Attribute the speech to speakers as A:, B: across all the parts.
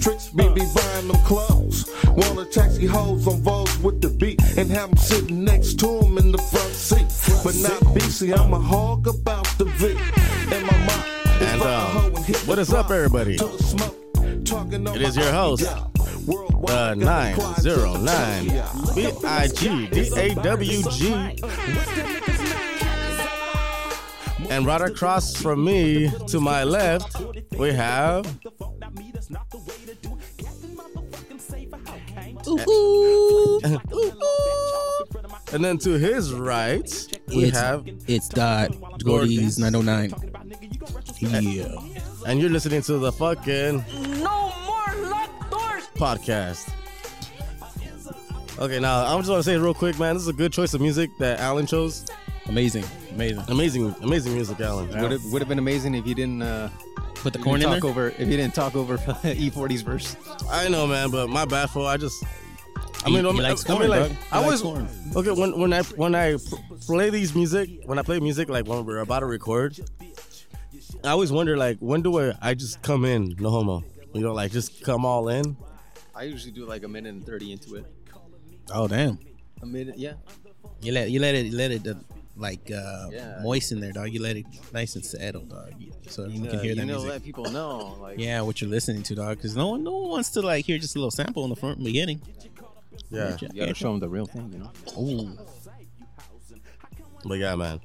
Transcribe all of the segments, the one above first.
A: tricks, we be buying them clothes. Wanna taxi hoes on Vogue with the beat and have them sitting next to him in the front seat. But not BC, I'm a hog about the V. And my mom is
B: And,
A: about
B: uh,
A: to hoe and hit the
B: what is up,
A: block.
B: everybody?
A: To the smoke, talking on
B: It is
A: my
B: your host,
A: Worldwide,
B: Uh,
A: got the
B: nine
A: quad to
B: zero
A: the
B: nine
A: top.
B: B I G D A W G. And right across from me, to my left, we have and then to his right, we
C: it's,
B: have,
C: it's Dot Gordy's 909. Yeah.
B: and you're listening to the fucking
D: No more locked doors.
B: podcast. Okay, now I'm just want to say real quick, man. This is a good choice of music that Alan chose.
C: Amazing. Amazing.
B: Amazing, amazing music, Alan.
E: Would have would have been amazing if you didn't uh,
C: Put the
E: if you
C: corn in
E: talk
C: there.
E: over if you didn't talk over E40's verse.
B: I know, man, but my bad for I just. I mean,
C: He-
B: I
C: he
B: mean,
C: likes
B: I mean,
C: corn,
B: like,
C: dog. He
B: I
C: likes
B: was
C: corn.
B: okay when when I when I play these music when I play music like when we're about to record. I always wonder like when do I I just come in no homo you know like just come all in
E: I usually do like a minute and thirty into it.
C: Oh damn.
E: A minute, yeah.
C: You let you let it let it uh, like uh,
E: Yeah.
C: moisten there, dog. You let it nice and settle, dog. So everyone can
E: Uh,
C: hear
E: you
C: that
E: know,
C: music.
E: let people know. Like,
C: Yeah, what you're listening to, dog. Because no one no one wants to like hear just a little sample in the front beginning.
B: yeah
E: you gotta show them the real thing, you know.
C: Ooh.
B: but yeah man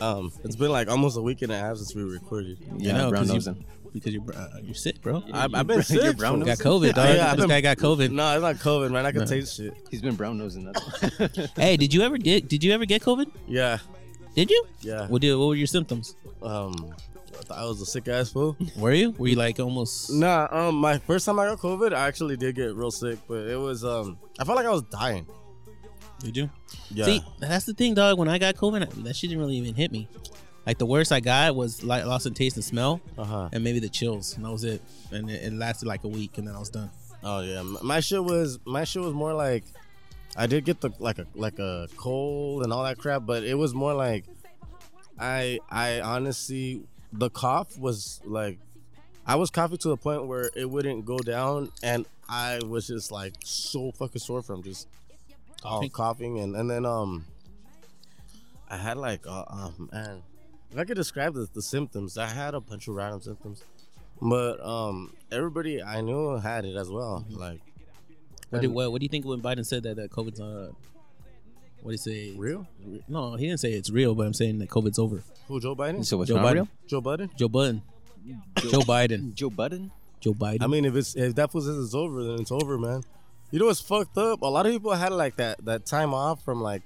B: um it's been like almost a week and a half since we recorded
C: You know,
E: brown
C: because
E: nosing.
C: you, because you're br- uh, you're sick, bro.
B: I, I've been
E: You're
B: sick
E: brown
B: fool.
C: Got COVID,
B: Yeah,
C: dog.
B: I've
C: this
B: been-
C: guy got COVID.
B: no it's not COVID man I can taste shit
E: He's been brown nosing that.
C: Hey, did you ever get did you ever get COVID?
B: yeah
C: Did you?
B: yeah
C: What did what were your symptoms?
B: um I thought I was a sick ass fool.
C: Were you? Were you like almost?
B: Nah, um, my first time I got COVID, I actually did get real sick, but it was um, I felt like I was dying.
C: Did you?
B: Yeah,
C: See, that's the thing, dog. When I got COVID, that shit didn't really even hit me. Like the worst I got was like loss of taste and smell,
B: uh huh.
C: and maybe the chills, and that was it. And it, it lasted like a week, and then I was done.
B: Oh yeah, M- my shit was my shit was more like, I did get the like a like a cold and all that crap, but it was more like, I I honestly the cough was like, I was coughing to the point where it wouldn't go down, and I was just like so fucking sore from just coughing,
C: Coughing.
B: coughing and and then um, I had like uh, oh man, if I could describe the, the symptoms, I had a bunch of random symptoms. But um, everybody I knew had it as well.
C: Mm-hmm.
B: Like,
C: What, do
B: and-
C: what, what do you think when Biden said that, that COVID's uh, what did he say?
B: real?
C: No, he didn't say it's real, but I'm saying that COVID's over.
B: Who Joe Biden?
E: so what's
C: Joe
E: not
C: Biden?
E: real?
B: Joe Biden?
C: Joe Biden. Joe Biden.
E: Joe Budden?
C: Joe Biden.
B: I mean, if it's if that was it's over, then it's over, man. You know what's fucked up? A lot of people had like that that time off from like.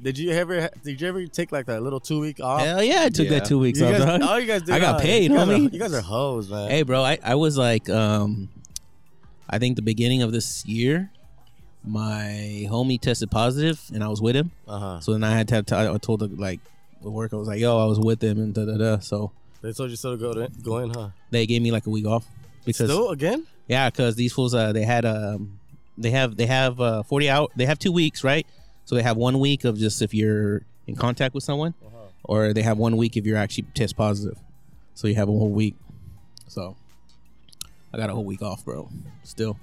B: Did you ever did you ever take like that little two week off?
C: Hell yeah, I took
E: Yeah.
C: that two weeks
B: You
C: off,
B: guys-
C: dog.
B: all you guys did
C: I got
B: was-
C: paid,
B: you guys are-
C: homie.
B: You guys are hoes, man.
C: Hey, bro, I, I was like, um, I think the beginning of this year, my homie tested positive, and I was with him.
B: Uh huh.
C: So then I had to, have to I told the like the work. I was like, yo, I was with him, and da da da. So
B: They told you so to go to go in, huh?
C: they gave me like a week off because
B: Still again?
C: yeah, because these fools uh, they had um they have they have uh, forty hour they have two weeks right. So they have one week of just if you're in contact with someone,
B: Uh-huh.
C: or they have one week if you're actually test positive. So you have a whole week. So I got a whole week off, bro. Still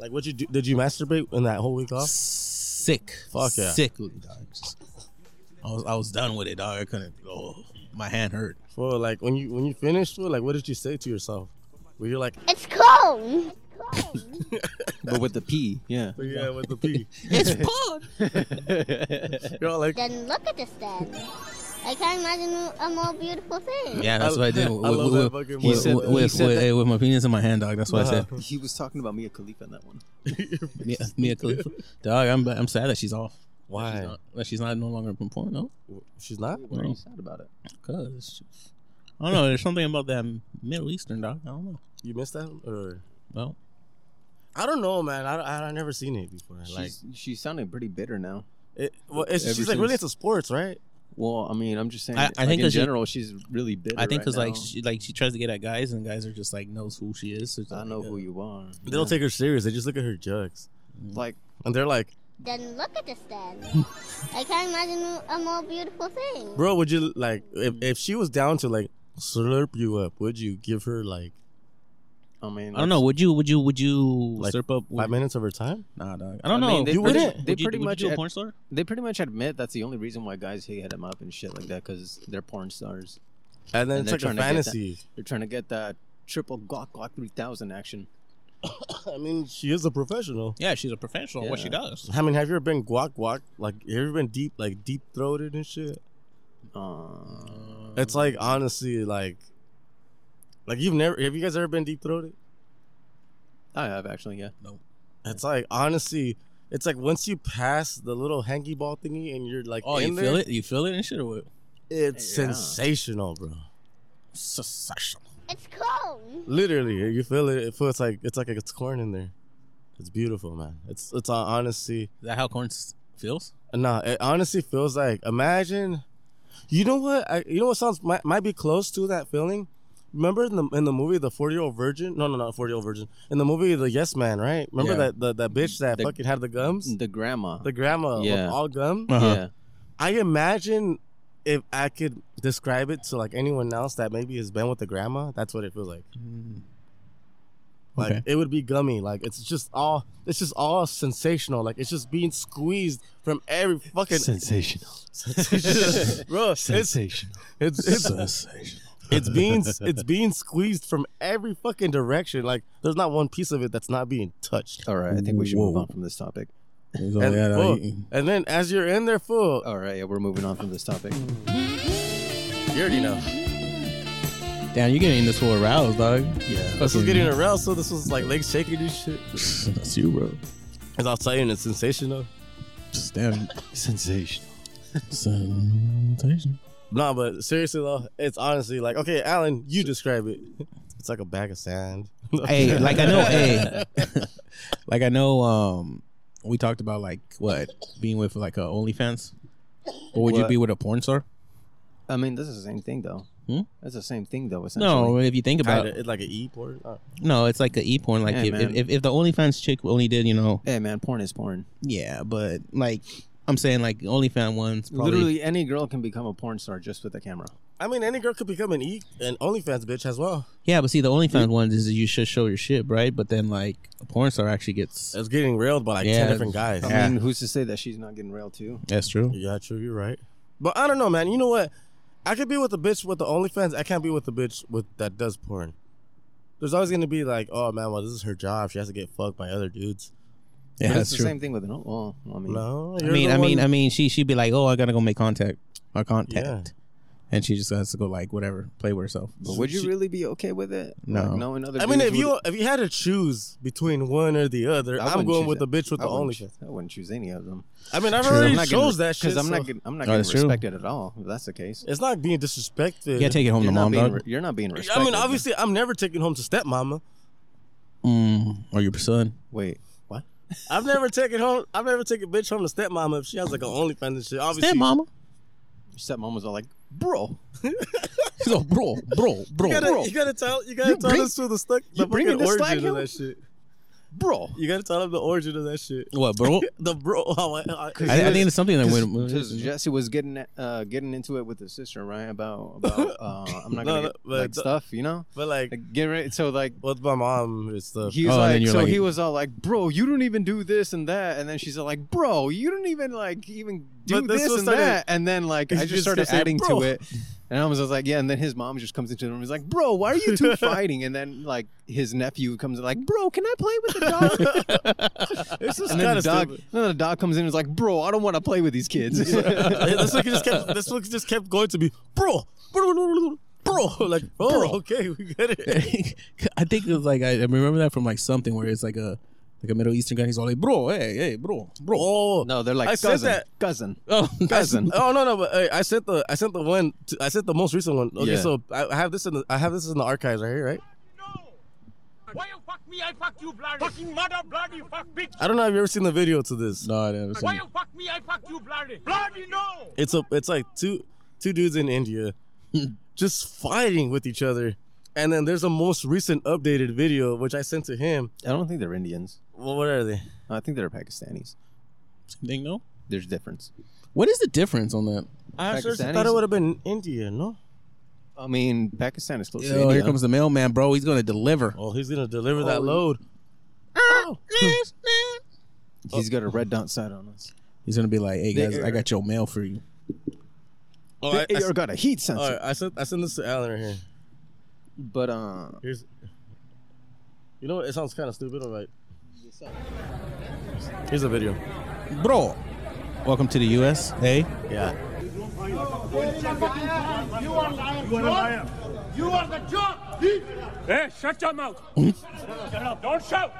B: Like, what you do? Did you masturbate in that whole week off?
C: sick.
B: Fuck yeah.
C: Sick, dog. I was I was done with it, dog. I couldn't. Oh, my hand hurt.
B: Well, like when you when you finished, well, like what did you say to yourself? Were you like,
D: It's cold.
E: But with the P, yeah.
B: yeah, with the P?
C: It's fun.
B: You're all like,
D: Then look at this then. I can't imagine a more beautiful thing.
C: Yeah, that's what I did.
B: I
C: with,
B: love that
C: with,
B: fucking
C: with,
B: word.
E: said-
C: with,
E: he
C: with,
E: said
C: with-
E: that-
C: hey, with my penis in my hand, dog. That's what I said.
E: Uh, He was talking about Mia Khalifa in that one.
C: Mia, Mia Khalifa. Dog, I'm I'm sad that she's off. She's
B: why?
C: not, that she's not no longer in porn, no?
B: She's not.
E: Why are
C: No.
E: you sad about it?
C: Cause she's- I don't know. There's something about that Middle Eastern dog. I don't know.
B: You missed that, or
C: Well,
B: I don't know, man. I I, I never seen it before. like,
E: She's, she's sounding pretty bitter now.
B: it, well, it's,
E: Ever
B: she's like really
E: since-
B: into sports, right?
E: Well, I mean, I'm just saying.
C: I- I
E: I,
C: think
E: think in
C: 'cause she-
E: general, she's really bitter.
C: I think
E: right
C: because like
E: now.
C: she like she tries to get at guys and guys are just like knows who she is. So it's
E: I
C: like,
E: know
C: uh,
E: who you are.
B: They don't take her serious. They just look at her jugs,
E: like
B: and they're like,
D: Then look at this then. I can't imagine a more beautiful thing.
B: bro, would you like if if she was down to like slurp you up? Would you give her like
E: I mean,
C: I don't know. Would you? Would you? Would you
B: Like,
C: slurp up?
B: Five minutes of her time?
C: Nah, dog. I don't
E: I mean,
C: know.
E: they
B: You
E: pretty-
B: wouldn't.
E: They
C: Would you-
E: pretty
C: would you
E: much
C: do a
E: ad-
C: porn star.
E: they pretty much admit that's the only reason why guys hit him up and shit like that because they're porn stars.
B: And then
E: And
B: it's
E: they're
B: like a
E: trying to get that.
B: fantasy.
E: They're trying to get that triple Glock Glock 3000 action.
B: I mean, she is a professional.
C: Yeah, she's a professional. at What she
E: Yeah.
C: does.
B: I mean, have you ever been guac guac? Like, have you ever been deep, like deep throated and shit?
E: Uh,
B: It's
C: Um,
B: like honestly, like, like you've never. Have you guys ever been deep throated?
E: I have actually, yeah.
B: It's like honestly, it's like once you pass the little hanky ball thingy and you're like,
C: Oh,
B: in
C: you
B: there,
C: feel it? You feel it and shit or what?
B: It's
E: Yeah.
B: sensational, bro.
C: Sensational.
D: It's cold.
B: Literally, you feel it. It feels like it's like it's corn in there. It's beautiful, man. It's it's uh, honestly,
C: Is that how corn s- feels?
B: nah. It honestly feels like imagine. You know what? I, you know what sounds might, might be close to that feeling. Remember in the in the movie The Forty Year Old Virgin? No, no, not Forty Year Old Virgin. In the movie The Yes Man, right? Remember
C: Yeah.
B: that the, that bitch that
E: The-
B: fucking had the gums,
E: The grandma.
B: the grandma
E: Yeah.
B: with all gum.
E: yeah.
B: I imagine if I could describe it to like anyone else that maybe has been with the grandma, that's what it feels like. Like
C: Okay.
B: it would be gummy. Like it's just all it's just all sensational. Like it's just being squeezed from every fucking
E: Sensational.
B: bro. It's it's it's,
C: Sensational.
B: it's being it's being squeezed from every fucking direction. Like there's not one piece of it that's not being touched.
E: All right, I think we should move
C: Whoa.
E: on from this topic.
B: And, full. and then as you're in there full,
E: All right, yeah, we're moving on from this topic.
B: you already know.
C: Damn, you're getting this whole aroused, dog.
E: Yeah.
B: This was getting aroused, so this was like legs shaking and shit.
C: That's you, bro.
B: As I'll tell you, and it's sensational.
C: Just damn
E: Sensational.
C: sensational.
B: Nah, but seriously though, it's honestly like okay, Alan, you describe it. It's like a bag of sand.
C: hey, like I know, hey, like I know. Um, we talked about like what being with like a OnlyFans, or would you
B: What?
C: be with a porn star?
E: I mean, this is the same thing, though.
C: Hmm?
E: That's the same thing, though, essentially.
C: No, if you think about
B: Kinda,
C: it,
B: it's like an e port. Uh,
C: no, it's like an e porn. Like
E: Yeah,
C: if, if
E: man.
C: if if the OnlyFans chick only did, you know,
E: Hey, man, porn is porn.
C: yeah, but like I'm saying, like OnlyFans ones, probably,
E: Literally any girl can become a porn star just with a camera.
B: I mean, any girl could become an e an OnlyFans bitch as well.
C: yeah. But see, the OnlyFans ones is you should show your shit, right? But then like a porn star actually gets
B: It's getting railed by like
C: Yeah.
B: ten different guys.
E: I
C: Yeah.
E: mean, who's to say that she's not getting railed, too?
C: that's true.
B: Yeah, true. You're right. But I don't know, man. You know what? I could be with a bitch with the OnlyFans. I can't be with a bitch with that does porn. There's always gonna be like, oh man, well this is her job. She has to get fucked by other dudes.
C: Yeah,
E: But
C: that's
E: it's
C: true.
E: the same thing with an. Well, I mean,
B: No,
C: I
B: you're
C: mean,
B: the
C: I mean,
B: one-
C: I mean, she she'd be like, "Oh, I gotta go make contact, or contact,"
B: Yeah.
C: and she just has to go like whatever, play with herself.
E: but would you really be okay with it?
C: No.
E: Like, knowing other
B: I mean,
E: dudes
B: if you
E: would-
B: if you had to choose between one or the other,
E: I
B: I'm
E: wouldn't
B: going
E: choose
B: with
E: that.
B: the bitch with
E: I
B: the
E: wouldn't
B: OnlyFans.
E: choose- I wouldn't choose any of them.
B: I mean, I've
C: True.
B: already
E: I'm not
B: chose
E: getting-
B: that shit.
E: Because I'm
B: so
E: not getting, I'm not
C: Oh,
E: getting
C: that's true.
E: respected at all. If that's the case,
B: it's not being disrespected.
C: You gotta take it home
E: you're
C: to
E: not
C: mom,
E: being
C: dog,
E: re- you're not being respected.
B: I mean, obviously, I'm never taking home to stepmama.
C: mm, or your son.
E: Wait, what?
B: I've never taken home. I've never taken bitch home to stepmama if she has like an OnlyFans and shit. Obviously,
C: Step mama.
E: Your stepmom was all like, "Bro,
C: She's like, bro, bro, bro,
B: You gotta,
C: bro.
B: you gotta tell you gotta
E: You
B: tell
E: bring-
B: us to the stuck the
E: you bringing
B: fucking
E: the slack
B: origin of
E: hill?
B: that shit.
E: bro."
B: You gotta tell them the origin of that shit.
C: What, bro?
B: The bro, I, I,
C: I, I think it's something that
E: Because
C: went.
E: Jesse was getting uh, getting into it with his sister, right? About about uh, I'm not
B: No, no,
E: gonna get,
B: but
E: like
B: the-
E: stuff, you know.
B: but like
E: Like, get ready. So like
B: with my mom and stuff.
E: he's
C: Oh, and then
E: like,
C: you're
E: so
C: like-
E: he was all like, "Bro, you don't even do this and that," and then she's all like, "Bro, you don't even like even do
B: But this
E: this,
B: was
E: and
B: started-
E: that," and then like
B: He's
E: I
B: just
E: just started
B: gonna say,
E: adding
B: "Bro."
E: to it, and I was just like, "Yeah," and then his mom just comes into the room, he's like, "Bro, why are you two fighting?" And then like his nephew comes in, like, "Bro, can I play with the dog?"
B: This is
E: and then
B: kind
E: the
B: of
E: dog,
B: stupid.
E: then the dog comes in, and is like, "Bro, I don't want to play with these kids."
B: this look just kept this look just kept going to be bro, bro, bro, bro, bro. like oh okay we get it.
C: I think it was like I, I remember that from like something where it's like a like a Middle Eastern guy. He's all like, bro, hey, hey, bro, bro.
B: Oh
E: no, they're like
B: I said
E: cousin,
B: that-
E: cousin,
C: Oh,
E: cousin.
B: Oh no no! But hey, I sent the I sent the one to, I sent the most recent one. Okay,
E: Yeah.
B: so I, I have this in the I have this in the archives right here, right?
F: No! Why you fuck me? I fuck you, bloody fucking mother, bloody fuck bitch.
B: I don't know if you ever seen the video to this.
C: no, I never seen
F: Why
C: it.
F: you fuck me? I fuck you, bloody bloody no.
B: It's a it's like two two dudes in India just fighting with each other, and then there's a most recent updated video which I sent to him.
E: I don't think they're Indians.
B: Well, what are they?
E: I think they're Pakistanis.
C: Thing, no.
E: There's difference.
C: What is the difference on that?
B: I
E: Pakistanis?
B: thought it would have been India, no?
E: I mean, Pakistan is close to
C: Yo,
E: India.
C: oh, here comes the mailman, bro. He's gonna deliver.
B: Oh, he's gonna deliver that
E: Oh.
B: load. Oh,
E: He's got a red dot sight on us.
C: He's gonna be like, "Hey
E: The
C: guys, I
E: air.
C: got your mail for you."
B: Oh, I,
E: The
B: I,
E: AR got a heat sensor.
B: all right, I sent I sent this to Alan right here.
E: But uh,
B: Here's, you know, what? it sounds kind of stupid. All right. Here's a video.
C: Bro, welcome to the U.S. Hey,
B: Yeah.
F: You are the joke. Hey, shut your mouth.
B: Hmm?
F: shut up. Don't shout.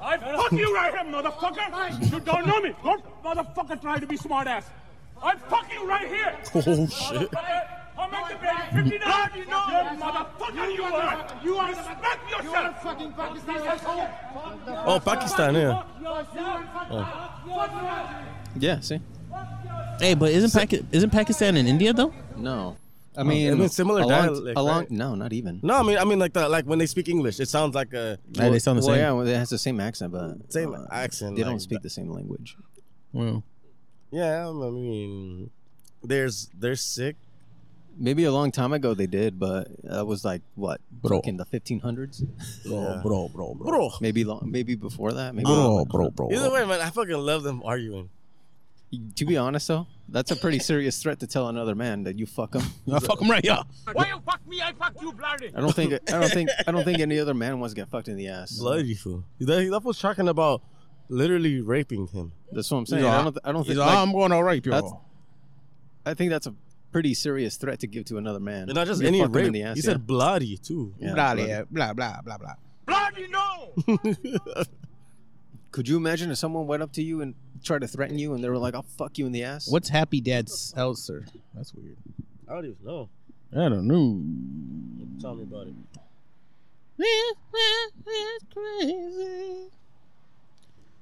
F: I fuck you right here, motherfucker. you don't know me. Don't motherfucker try to be smart ass. I fuck you right here.
B: Oh shit.
F: Motherfucker. I'll make the bill. Fifty dollars. You motherfucker. You are. You are. Respect yourself. fucking
B: Oh, Pakistan. Yeah. Oh.
E: yeah, see,
C: hey, but isn't Paki- isn't Pakistan in India though?
E: no,
C: Oh,
E: I mean,
B: I mean, similar
E: along,
B: dialect,
E: along,
B: right?
E: no, not even.
B: No, I mean, I mean, like that, like when they speak English, it sounds like a.
C: Hey, they sound the
E: well,
C: same.
E: yeah, well, it has the same accent, but uh,
B: Same accent,
E: They
B: like
E: don't speak
B: that.
E: the same language.
C: Well,
B: Yeah, I mean, there's they're sick.
E: Maybe a long time ago they did, but that was like what,
C: Bro.
E: in the 1500s?
C: bro, bro, bro, bro,
B: Bro,
E: Maybe long, maybe before that. Maybe.
C: bro, bro, bro.
B: either way, man, I fucking love them arguing.
E: To be honest, though, that's a pretty serious threat to tell another man that you fuck him.
C: Ah, fuck him right here.
F: Why you fuck me? I fuck you bloody.
E: I don't think. I don't think. I don't think any other man wants to get fucked in the ass.
B: Bloody fool. That, that was talking about literally raping him.
E: That's what I'm saying. I don't. I don't
C: He's
E: think.
C: like,
E: like,
C: I'm going to rape you.
E: that's- I think that's a pretty serious threat to give to another man.
B: And not just
E: You
B: any
E: fuck him
B: rape.
E: in the ass.
B: he
E: yeah.
B: said bloody too.
E: Yeah,
C: blah,
E: bloody.
C: yeah, blah, blah, blah, blah.
F: Bloody no.
E: Could you imagine if someone went up to you and tried to threaten you, and they were like, "I'll fuck you in the ass"?
C: What's Happy Dad Seltzer? That's weird.
B: I don't even know.
C: I don't know.
B: Tell me about it.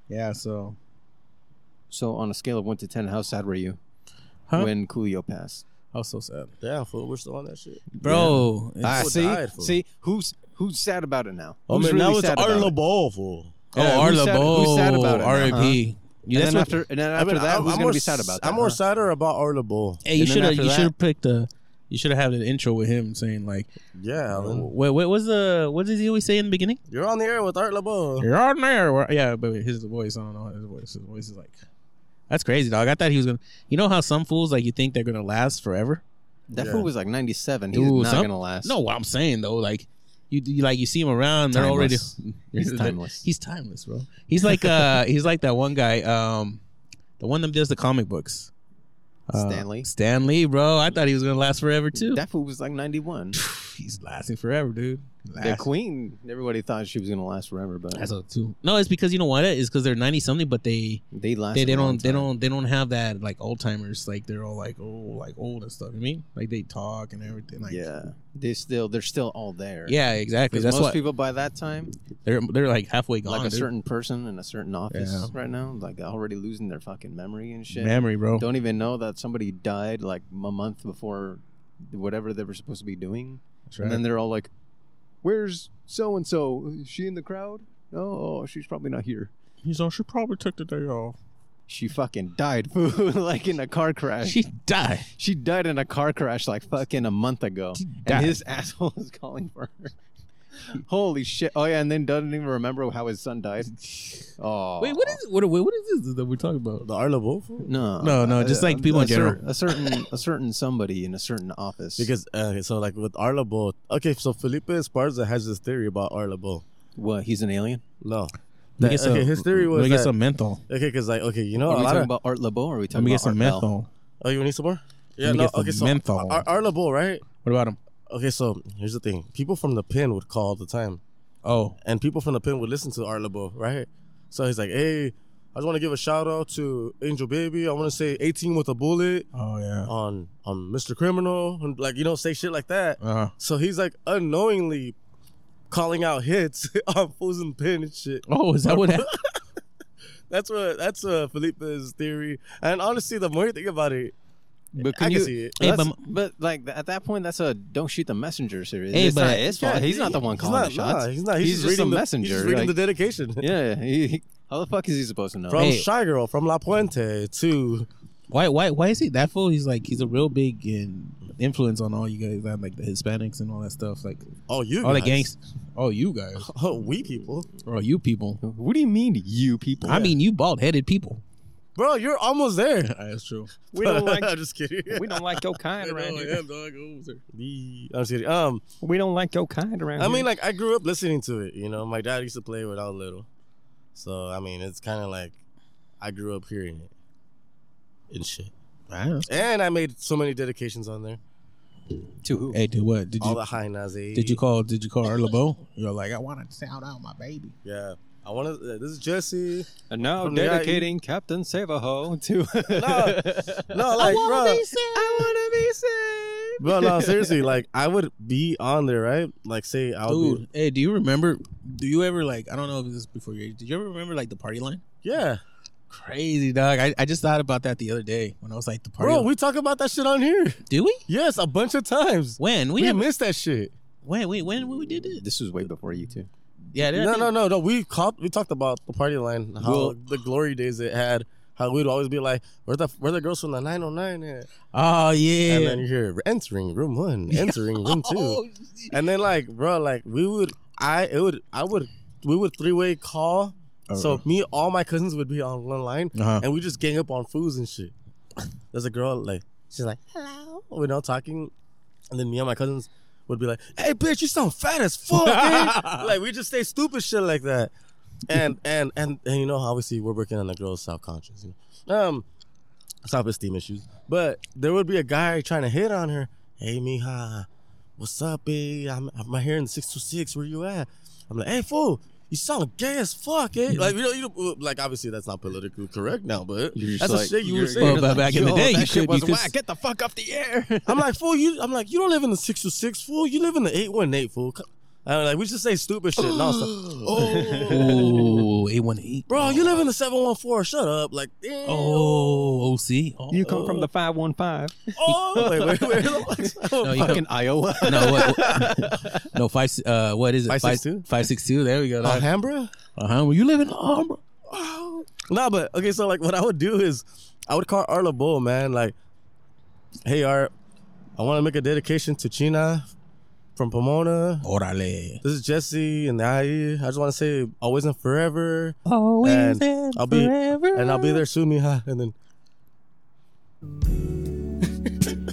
C: Yeah, so
E: So, on a scale of one to ten, how sad were you
C: Huh?
E: when Coolio passed?
C: I was so sad,
B: Damn fool, we're still on that shit.
C: bro. it's-
B: Ah,
E: see,
B: died, fool.
E: see, who's who's sad about it now?
B: Oh
E: Who's
B: man,
E: really
B: now it's
E: sad about it?
B: Arlo Ball fool.
C: Oh,
E: Yeah,
C: Arlo
E: who's sad- who's
C: Bo,
E: sad about it now,
C: R.I.P. You-
E: And
C: that's
E: then
C: what-
E: after, and then after that, who's gonna
B: more
E: be sad
B: s-
E: about that?
B: I'm more
E: huh?
B: sadder about Arlo Ball.
C: Hey, you
E: And then
C: should have
E: after
C: you
E: that-
C: should have picked a you should have had an intro with him saying like "Oh,
B: Yeah, Alan.
C: what what was the what does he always say in the beginning?
B: You're on the air with Arlo Ball.
C: You're on there. Well, Yeah, but his voice, I don't know his voice. His voice is like that's crazy, dog. I thought he was gonna. You know how some fools like you think they're gonna last forever.
E: That
B: Yeah.
E: fool was like 97. He's
C: Ooh,
E: not
C: some-
E: gonna last.
C: No, what I'm saying though, like you, you like you see him around, they're
E: Timeless.
C: already
E: He's timeless.
C: He's timeless, bro. He's like uh he's like that one guy, um, the one that does the comic books. uh,
E: Stanley.
C: Stanley, bro. I thought he was gonna last forever too.
E: That fool was like 91.
C: he's lasting forever, dude.
E: the
C: Last-
E: queen, everybody thought she was gonna last forever, but
C: That's all too. No, it's because you know what? It's because they're ninety something, but they
E: they last.
C: they, they
E: a long
C: don't they
E: time.
C: don't they don't have that like Alzheimer's. Like they're all like oh like old and stuff. You know what I mean like they talk and everything. Like
E: yeah, they still they're still all there.
C: yeah, exactly.
E: because
C: That's
E: most
C: what
E: people by that time,
C: they're they're like halfway gone.
E: like a
C: dude.
E: certain person in a certain office
C: Yeah.
E: right now, like already losing their fucking memory and shit.
C: memory, bro.
E: Don't even know that somebody died like a month before whatever they were supposed to be doing.
C: That's
E: And
C: right.
E: then they're all like, "Where's so and so? Is she in the crowd? No, oh, she's probably not here.
C: He's on. She probably took the day off.
E: She fucking died, fool, like in a car crash.
C: She died.
E: She died in a car crash like fucking a month ago,
C: died.
E: and his asshole is calling for her. Holy shit! Oh yeah, and then doesn't even remember how his son died. Oh
C: Wait, what is what, what what is this that we're talking about?
B: The Arlo Ball fool.
E: No,
C: No, no, just like people
E: a
C: in
E: cer-
C: general.
E: A certain, a certain somebody in a certain office.
B: Because uh, so like with Arlo Ball. Okay, so Felipe Esparza has this theory about Arlo Ball.
E: what? He's an alien.
B: No.
C: Let me
B: That-
C: get some-
B: okay, his theory
C: let
B: was
C: me get
B: that-
C: some menthol.
B: Okay, because like okay, you know Oh,
E: Are
B: a
E: we
B: lot
E: talking
B: of
E: about Art LeBeau? Or are we
C: Let
E: talking
C: me get
E: about
C: some
E: Art Bell?
C: menthol.
B: oh you need some more? Yeah,
C: Let me
B: no,
C: get some
B: okay, so
C: menthol.
B: Ar- Arlo Ball, right?
C: What about him?
B: Okay, so here's the thing: people from the pen would call all the time,
C: Oh,
B: and people from the pen would listen to Art LeBeau, right? So he's like, "Hey, I just want to give a shout out to Angel Baby. I want to say 18 with a bullet
C: oh yeah.
B: on on Mr. Criminal, and like you know, say shit like that."
C: Uh,
B: So he's like unknowingly calling out hits on fools and pen and shit.
C: oh, is that what? happened?
B: That's what that's uh, Felipe's theory. And honestly, the more you think about it,
E: But
B: I
E: can
B: can
E: you?
B: see it.
C: Hey,
E: that's-
C: but-
E: but like th- at that point, that's a don't shoot the messenger series.
C: Hey,
E: it's
C: but-
E: not his fault.
B: Yeah,
E: he's not the one
B: he's
E: calling
B: not-
E: the shots.
B: nah, he's not. He's,
E: just,
B: reading
E: a
B: the,
E: messenger.
B: He's just reading the
E: like-
B: dedication.
E: yeah. he- he- how the fuck is he supposed to know?
B: From
C: Hey.
B: Shy Girl, from La Puente to
C: Why why why is he that fool? He's like he's a real big and influence on all you guys. I'm like the Hispanics and all that stuff. Like
B: Oh, you
C: all the
B: guys.
C: gangs. Oh, you guys.
B: Oh, we people,
C: Oh, you people.
E: What do you mean, you people?
C: I mean, you bald headed people.
B: bro. You're almost there.
C: That's true.
E: we don't like
B: I'm just kidding.
E: we don't like your kind around here.
B: I'm just kidding. Um,
E: We don't like your kind around
B: I
E: here.
B: mean, like I grew up listening to it. You know, my dad used to play it when I was little, so I mean, it's kind of like I grew up hearing it and shit. And I made so many dedications on there.
E: to who?
C: Hey, dude, what did
B: All
C: you
B: the high nazi.
C: did you call? Did you call her LeBeau? You're like, I want to sound out my baby.
B: Yeah. I want to. This is Jesse.
E: And now
B: From the guy-
E: dedicating Captain Savaho to.
B: No, no, like, bro,
E: I wanna be saved.
B: bro, no, seriously, like, I would be on there, right? Like, say, I'll
C: Dude,
B: be,
C: hey, do you remember? Do you ever like? I don't know if this is before your age. Did you ever remember like the party line?
B: yeah,
C: Crazy dog. I, I just thought about that the other day when I was like the party.
B: bro,
C: line.
B: we talk about that shit on here.
C: do we?
B: Yes, a bunch of times.
C: When we,
B: We,
C: have,
B: missed that shit.
C: when wait when when we did it?
E: This was way before you two.
C: Yeah,
B: No, no, no, no. We called, we talked about the party line, how
C: Well-
B: the glory days it had, how we'd always be like, where the where the girls from the 909 at? And then
C: Oh yeah. Oh,
B: you hear entering room one, entering room two. And then like, bro, like we would, I it would, I would, we would three way call. So me, all my cousins would be on one line,
C: Oh, Uh-huh.
B: and we just gang up on fools and shit. There's a girl like, she's like, hello, we're not talking, and then me and my cousins would be like, hey, bitch, you sound fat as fuck. dude." like we just say stupid shit like that, and and and and you know, obviously we're working on the girl's self conscious, you know, um, self esteem issues. But there would be a guy trying to hit on her. Hey, mija, what's up, eh? I'm, I'm right here in 626. Where you at? I'm like, hey, fool, you sound gay as fuck, eh?
E: Mm-hmm.
B: Like, you know, you know, like obviously that's not politically correct now, but
E: You're just
B: that's
E: like-
B: the shit you were
E: you're-
B: saying.
C: Well, but back in the
E: Yo,
C: day,
E: that
C: you
E: shit
C: could
E: was
C: you could
E: whack. Get the fuck off the air.
B: I'm like, fool, you. I'm like, you don't live in the 626, fool. You live in the 818, fool. Co- I'm like, we just say stupid shit nonstop. oh,
C: Oh, eight one eight.
B: bro, you live in the 714. Shut up, like, damn.
C: Oh, OC. Oh.
E: You come from the 515.
B: oh. Wait, wait, wait.
C: No, you
E: Fucking Iowa.
C: come- no, what, no five. Uh, what is it?
B: Five six two? Uh-huh.
C: Five six two. There we go. Uh
B: Alhambra.
C: huh. Well, you live in Alhambra.
B: No, but okay, so like what I would do is I would call Art Bull, man, like, hey Art, I want to make a dedication to China from Pomona.
C: Orale.
B: This is Jesse and the IE. I just want to say always and forever.
C: Always
B: And
C: and
B: I'll be
C: forever.
B: and I'll be there soon, Miha. And then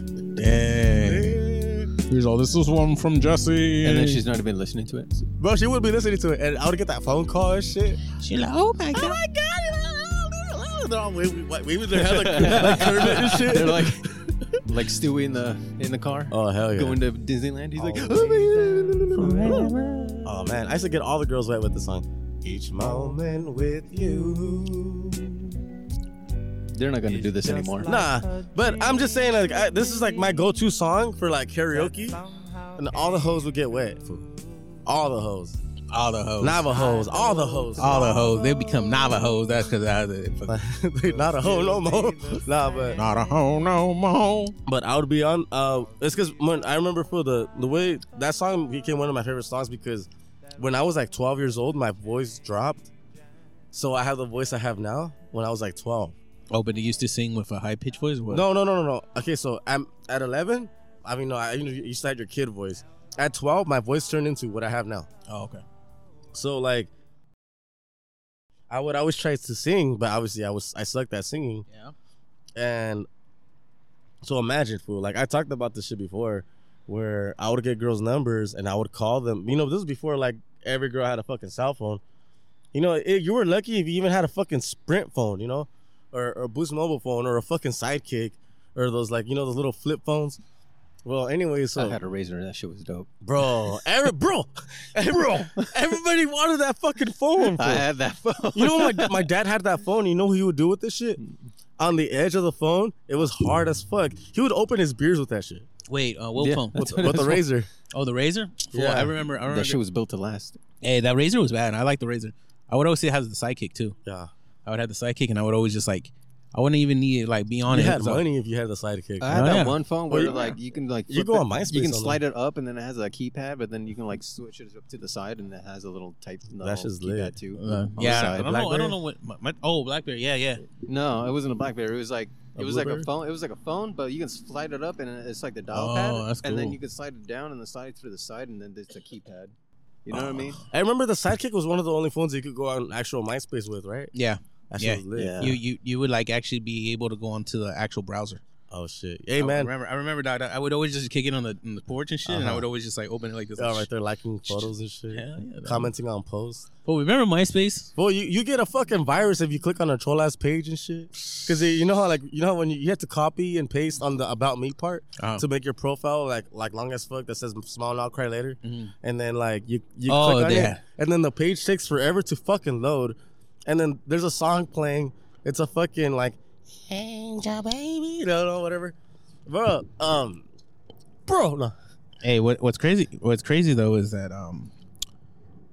C: Yeah. Here's all. This is one from Jesse.
E: And then she's not even listening to it.
B: Bro, she would be listening to it and I would get that phone call and shit.
C: She's like, oh my god.
B: "Oh, They're all waving, waving their head like, like Kermit and shit.
E: They're like, like Stewie in the in the car
B: oh hell yeah.
E: going to Disneyland. He's like,
C: "Oh,
B: Oh man, I used to get all the girls wet with the song. Each moment with you.
E: they're not gonna do this anymore.
B: Nah, but I'm just saying like I, this is like my go-to song for like karaoke, and all the hoes would get wet. fool. All the hoes,
C: All the hoes.
B: Navajos, all the hoes,
C: all the hoes. They become Navajos. That's because I was
B: They not a hoe no more. Nah, but
C: not a hoe no more.
B: but I would be on. Uh, it's because when I remember for the the way that song became one of my favorite songs because when I was like 12 years old, my voice dropped, so I have the voice I have now. When I was like 12.
C: Oh, but they used to sing with a high pitched voice. What?
B: No, no, no, no, no. Okay, so I'm at 11. I mean, no, I, you, know, you used to have your kid voice. At 12, my voice turned into what I have now.
C: Oh, okay.
B: So like, I would always try to sing, but obviously I was I sucked at singing.
C: Yeah.
B: And so imagine, fool. Like I talked about this shit before, where I would get girls' numbers and I would call them. You know, this was before like every girl had a fucking cell phone. You know, it, you were lucky if you even had a fucking Sprint phone. You know, or, or a Boost Mobile phone, or a fucking Sidekick, or those like you know those little flip phones. Well, anyway, so
E: I had a razor. That shit was dope.
B: bro, every, bro, bro, everybody wanted that fucking phone.
E: I
B: fool.
E: had that phone.
B: You know, my my dad had that phone. You know what he would do with this shit? On the edge of the phone, it was hard as fuck. He would open his beers with that shit,
C: Wait, uh, what
E: Yeah.
C: phone?
E: What-
B: with, with a razor.
C: Oh, the razor. Fool,
B: Yeah.
C: I remember. I remember.
E: that shit was built to last.
C: hey, that razor was bad. I like the razor. I would always say it has the sidekick too.
B: Yeah,
C: I would have the sidekick, and I would always just like I wouldn't even need it like be on
B: You
C: it.
B: had
C: So-
B: money if you had the sidekick.
E: I had
C: Oh,
E: that
C: yeah.
E: one phone where
B: yeah.
E: like you can like
B: You
E: flip
B: go
E: it-
B: on MySpace
E: you can
B: on
E: slide it up and then it has a keypad, but then you can like switch it up to the side and it has a little type. No,
B: That shit's
E: keypad
B: lit.
E: too.
B: Uh,
E: on the
C: Yeah, I
E: side.
C: don't know. I don't know what. My, my, oh, BlackBerry. Yeah, yeah.
E: No, it wasn't a BlackBerry. It was like
B: A
E: it was like a
B: Blueberry?
E: phone. It was like a phone, but you can slide it up and it's like the dial
C: Oh,
E: pad,
C: that's
E: and then
C: cool.
E: you can slide it down and the slide through the side, and then it's a keypad. You
B: Oh,
E: know what I mean?
B: I remember the sidekick was one of the only phones you could go on actual MySpace with, right?
C: Yeah.
B: That
C: Yeah.
B: shit was lit.
E: Yeah.
C: You you you would like actually be able to go onto the actual browser.
B: Oh shit. Hey
C: I
B: man.
C: remember I remember dog, I would always just kick it on the, on the porch and shit, and I
B: Uh-huh.
C: would always just like open it like this.
B: Oh, right there liking photos and shit.
C: Yeah, yeah, that-
B: Commenting on posts.
C: Oh, remember MySpace?
B: Well, you, you get a fucking virus if you click on a troll ass page and shit. Cause you know how like you know how when you, you have to copy and paste on the about me part
C: Uh-huh.
B: to make your profile like like long as fuck that says smile now cry later,
C: Mhm.
B: and then like you you
C: Oh,
B: click on
C: yeah.
B: it, and then the page takes forever to fucking load, and then there's a song playing. It's a fucking like angel baby, you know, know, whatever, bro. Um, bro, no,
C: Hey, what what's crazy? What's crazy though is that um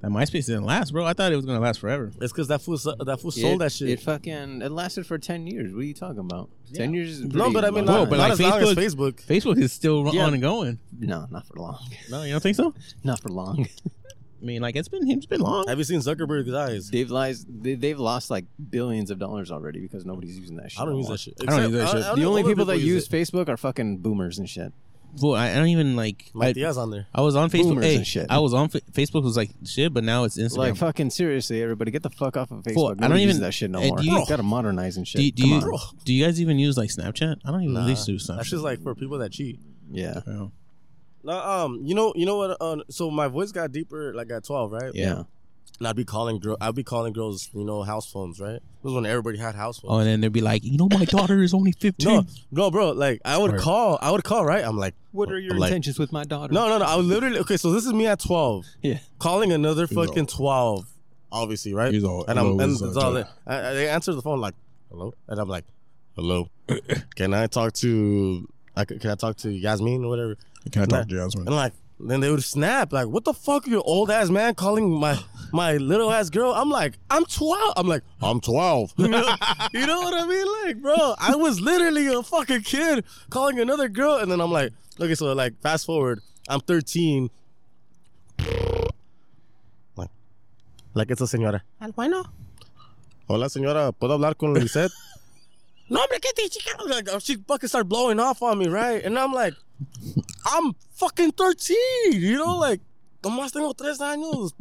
C: that MySpace didn't last, bro. I thought it was gonna last forever.
B: it's cause that fool so- that fool sold
E: it,
B: that shit.
E: It fucking it lasted for ten years. What are you talking about? Ten years? Is
B: no,
E: pretty
B: but I mean,
E: long.
B: not,
C: Bro, but
B: not
C: like
B: as long as
C: Facebook-
B: Facebook.
C: Facebook is still
E: Yeah.
C: on and going.
E: no, not for long.
C: No, you don't think so?
E: Not for long.
C: I mean, like it's been it's been long.
B: Have you seen Zuckerberg's eyes?
E: They've lies. They, they've lost like billions of dollars already because nobody's using that shit.
B: I don't use
E: anymore.
B: that shit.
C: I don't use that shit.
B: don't
E: The
B: know
E: only
B: older
E: people that use
B: it.
E: Facebook are fucking boomers and shit.
C: Fool, I, I don't even like.
B: Mike
C: I,
B: Diaz on there.
C: I was on Facebook.
E: Boomers
C: Hey,
E: and shit.
C: I was on fa- Facebook. Was like shit, but now it's Instagram.
E: Like fucking seriously, everybody get the fuck off of Facebook.
C: Fool, I don't
E: Nobody uses
C: even-
E: that shit no
C: eh,
E: more.
C: do you-
E: gotta modernize and shit.
C: do, you- do
E: Come
C: you
E: on.
C: do you guys even use like Snapchat? I don't even
B: Nah,
C: at least do Snapchat. Oh.
B: That's just like for people that cheat.
E: Yeah.
C: Bro.
B: No, um, you know, you know what? Um, so my voice got deeper like at twelve, right?
C: Yeah.
E: Yeah.
B: And I'd be calling girl, I'd be calling girls, you know, house phones, right? It was when everybody had house
C: Oh,
B: phones.
C: and then they'd be like, you know, my daughter is only fifteen.
B: no, no, bro. Like I would
C: Smart.
B: call, I would call, right? I'm like,
E: What are your
B: I'm like-
E: intentions with my daughter?
B: no, no, no. I was literally okay. So this is me at twelve,
E: Yeah.
B: calling another fucking twelve, obviously, right?
C: He's all-
B: and
C: hello,
B: I'm and
C: he's all
B: it's all-
C: drunk.
B: I, I- they answer the phone like, hello, and I'm like, hello, can I talk to? I, c- can I talk to Yasmin or whatever?
C: Can I
B: talk
C: to Jasmine?
B: And like then they would snap like, "What the fuck, you old ass man calling my my little ass girl?" I'm like, "I'm 12." I'm like, "I'm 12." You know, you know what I mean? Like, bro, I was literally a fucking kid calling another girl, and then I'm like, "Okay, so like, fast forward, I'm 13." Like, like it's a señora. Hola, señora, puedo hablar con Lisette? No, hombre, ¿qué te chica? Like, oh, she fucking started blowing off on me, right? And I'm like, I'm fucking 13, you know? Like, nomás tengo tres años.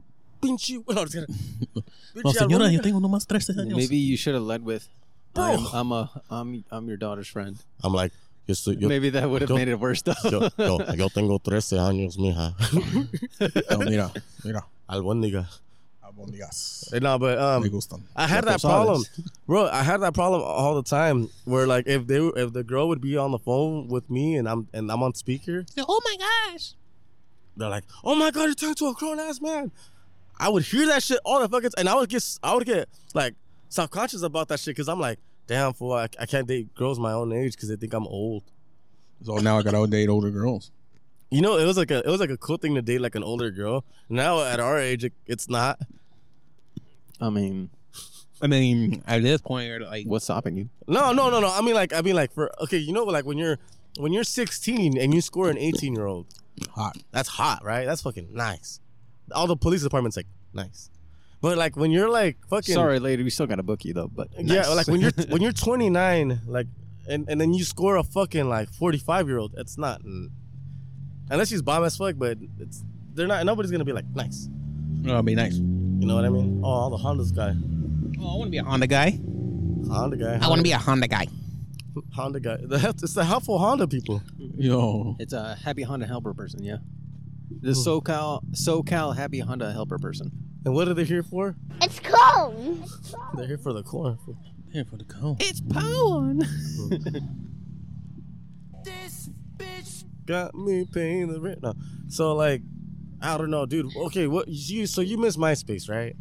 B: Pinche. No, I'm just kidding.
C: No,
B: Pinche
C: señora, yo
B: algún-
C: tengo nomás 13 años.
E: Maybe you should have led with
B: Bro.
E: I'm, I'm a I'm I'm your daughter's friend.
B: I'm like, yo, soy, yo,
E: Maybe that would have
B: go-
E: made it worse though.
B: yo, yo, yo tengo 13 años, mija.
C: No, Oh, mira, mira,
B: Albóndiga.
C: albóndigas.
B: Eh, No, but um,
C: Me gustan.
B: I had that problem, bro. I had that problem all the time. Where like if they were, if the girl would be on the phone with me and I'm and I'm on speaker. oh my gosh. They're like, oh my god, you're talking to a grown ass man. I would hear that shit all the fucking, and I would get I would get like self conscious about that shit because I'm like, damn fool, I, I can't date girls my own age because they think I'm old.
C: So now I gotta date older girls.
B: You know, it was like a it was like a cool thing to date like an older girl. Now at our age, it, it's not.
E: I mean,
C: I mean, at this point, you're like,
E: what's stopping you?
B: No, no, no, no. I mean, like, I mean, like, for okay, you know, like when you're when you're 16 and you score an 18 year old,
C: hot.
B: that's hot, right? That's fucking nice. All the police departments like nice, but like when you're like fucking
E: Sorry, lady, we still gotta book you though. But
B: yeah,
E: nice.
B: like when you're when you're 29, like, and and then you score a fucking like 45 year old, that's not unless she's bomb as fuck, but it's they're not. Nobody's gonna be like nice.
C: No, Oh, it'd be nice.
B: You know what I mean? Oh, all the Honda's guy,
C: Oh, I want to be a Honda guy.
B: Honda guy,
C: I want to be a Honda guy.
B: Honda guy. It's the helpful Honda people.
C: Yo,
E: it's a happy Honda helper person. Yeah, the SoCal SoCal happy Honda helper person.
B: And what are they here for?
D: It's cold.
B: They're here for the corn. fool.
C: here for the cone.
E: It's porn.
B: got me paying the rent. No. So like, I don't know, dude. Okay, what you so you miss MySpace, right?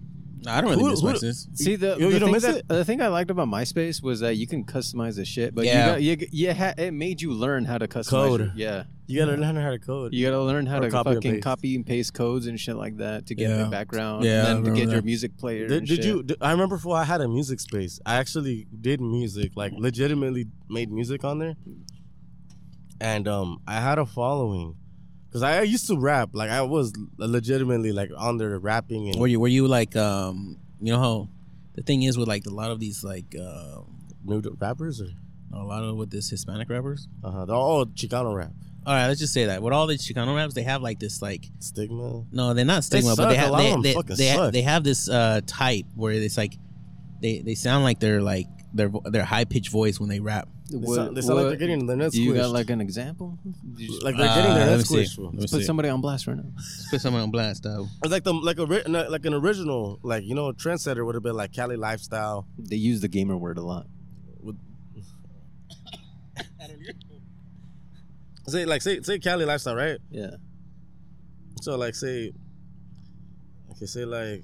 C: I don't really
B: Who-
C: miss
B: who-
C: MySpace.
E: See the,
B: You- you
E: the
B: don't
E: thing
B: miss
E: that,
B: it?
E: the thing I liked about MySpace was that you can customize the shit, but
C: Yeah.
E: you got, you, you ha- it made you learn how to customize.
B: Code.
E: your- yeah,
B: You gotta learn how to code.
E: you got to learn how
B: Or
E: to
B: copy and
E: fucking
B: paste.
E: copy and paste codes and shit like that to get
C: Yeah.
E: the background.
C: Yeah, I
E: and then to
C: remember
E: get your
C: that.
E: music player.
B: Did,
E: and
B: did
E: shit.
B: you? Did, I remember before I had a music space. I actually did music, like legitimately made music on there, and um, I had a following, cause I used to rap. Like I was legitimately like on there rapping and
C: Were you were you like um you know how the thing is with like a lot of these like uh,
B: new rappers or
C: a lot of with this Hispanic rappers.
B: uh-huh, they're all Chicano rap
C: All right, let's just say that with all these Chicano raps, they have like this like
B: stigma.
C: no, they're not stigma, but
B: suck.
C: they
B: A
C: have
B: lot of
C: they
B: them
C: they,
B: fucking
C: they,
B: suck.
C: they have this uh type where it's like they they sound like they're like their vo- their high pitched voice when they rap.
B: They
E: What-
B: sound, they sound like
E: what-
B: they're getting their nuts
E: Do you
B: squished.
E: got Ah, like an example? You just-
B: Like they're getting their
C: Uh, let me
B: nuts
C: see.
B: squished. fool.
C: Let me
E: let's put
C: see.
E: somebody on blast right now.
C: put someone on blast though.
B: It's like the like a ri- like an original like you know trendsetter would have been like Cali lifestyle.
E: They use the gamer word a lot.
B: Say like say say Cali lifestyle right.
E: Yeah.
B: So like say, okay, say like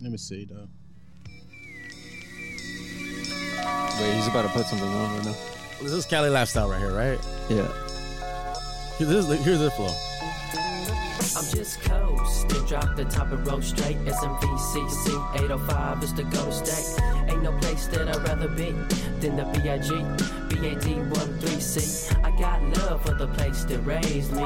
C: Let me see though.
E: Wait, he's about to put something on right now.
B: this is Cali lifestyle right here, right?
E: Yeah.
B: Here's this, is- here's the flow.
G: I'm just coasting. Drop the top and roll straight. SMVCC 805 is the ghost day. Ain't no place that I'd rather be than the BIG. BAD13C. I got love for the place that raised me.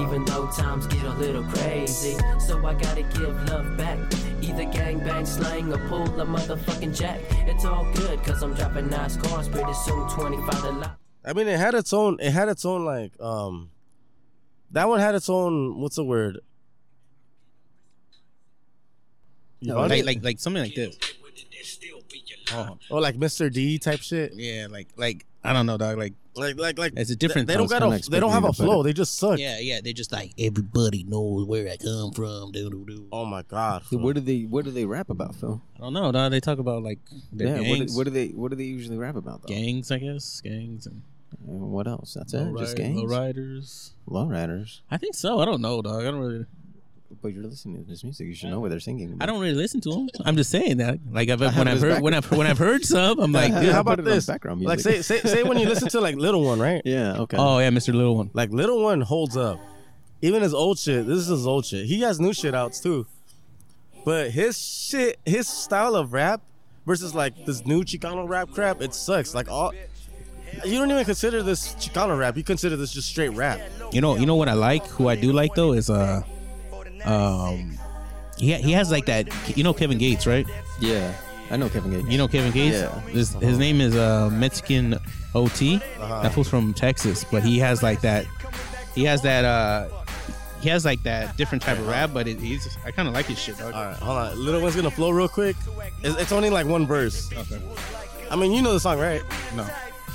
G: Even though times get a little crazy. So I gotta give love back. Either gangbang, slang, or pull a motherfucking jack. It's all good, cause I'm dropping nice cars pretty soon. 25 to lot.
B: I mean, it had its own. It had its own like um, that one had its own. What's the word? You found
C: Like
B: it?
C: like like something like this. Oh
B: or like Mr. D type shit.
C: yeah, like like I don't know, dog. Like
B: Like like like
C: it's a different.
B: they don't
C: concept.
B: got
E: kinda
B: a they don't have a
E: expecting it,
B: flow. They just suck.
C: Yeah, yeah. They're just like everybody knows where I come from. Doo, doo, doo.
B: Oh my god. fool.
E: What do they What do they rap about, Phil?
C: I don't know. dawg. They talk about like their
E: yeah. What do,
C: gangs,
E: what do they What do they usually rap about? Though?
C: gangs, I guess, gangs and
E: And what else? That's it.
C: low
E: Just
C: ri-
E: gangs.
C: low riders.
E: Lowriders.
C: I think so. I don't know, dog. I don't really.
E: But you're listening to this music. You should know what they're singing.
C: I don't really listen to them. I'm just saying that. Like I've,
E: have
C: when I've
E: his
C: heard when I've when I've heard some, I'm like,
E: Yeah,
B: Dude,
C: dude,
B: how
E: I'll
B: about
E: put it on
B: this?
E: background
B: Like say
E: music.
B: say say when you listen to like Little One, right?
E: Yeah. Okay.
C: oh yeah, Mr. Little One.
B: Like Little One holds up. Even his old shit. This is his old shit. He has new shit outs too. But his shit, his style of rap versus like this new Chicano rap crap, it sucks. Like all you don't even consider this Chicano rap. You consider this just straight rap.
C: You know, you know what I like. Who I do like though is uh, um, he he has like that. You know Kevin Gates, right?
E: Yeah. I know Kevin Gates.
C: You know Kevin Gates?
E: Yeah.
C: His, his name is uh, Mexican OT. That fool's from Texas, but he has like that. He has that. uh He has like that different type of rap, but it, he's. I kind of like his shit, dog.
B: All right, hold on. Little One's gonna flow real quick. It's, it's only like one verse.
C: Okay.
B: I mean, you know the song, right?
C: No.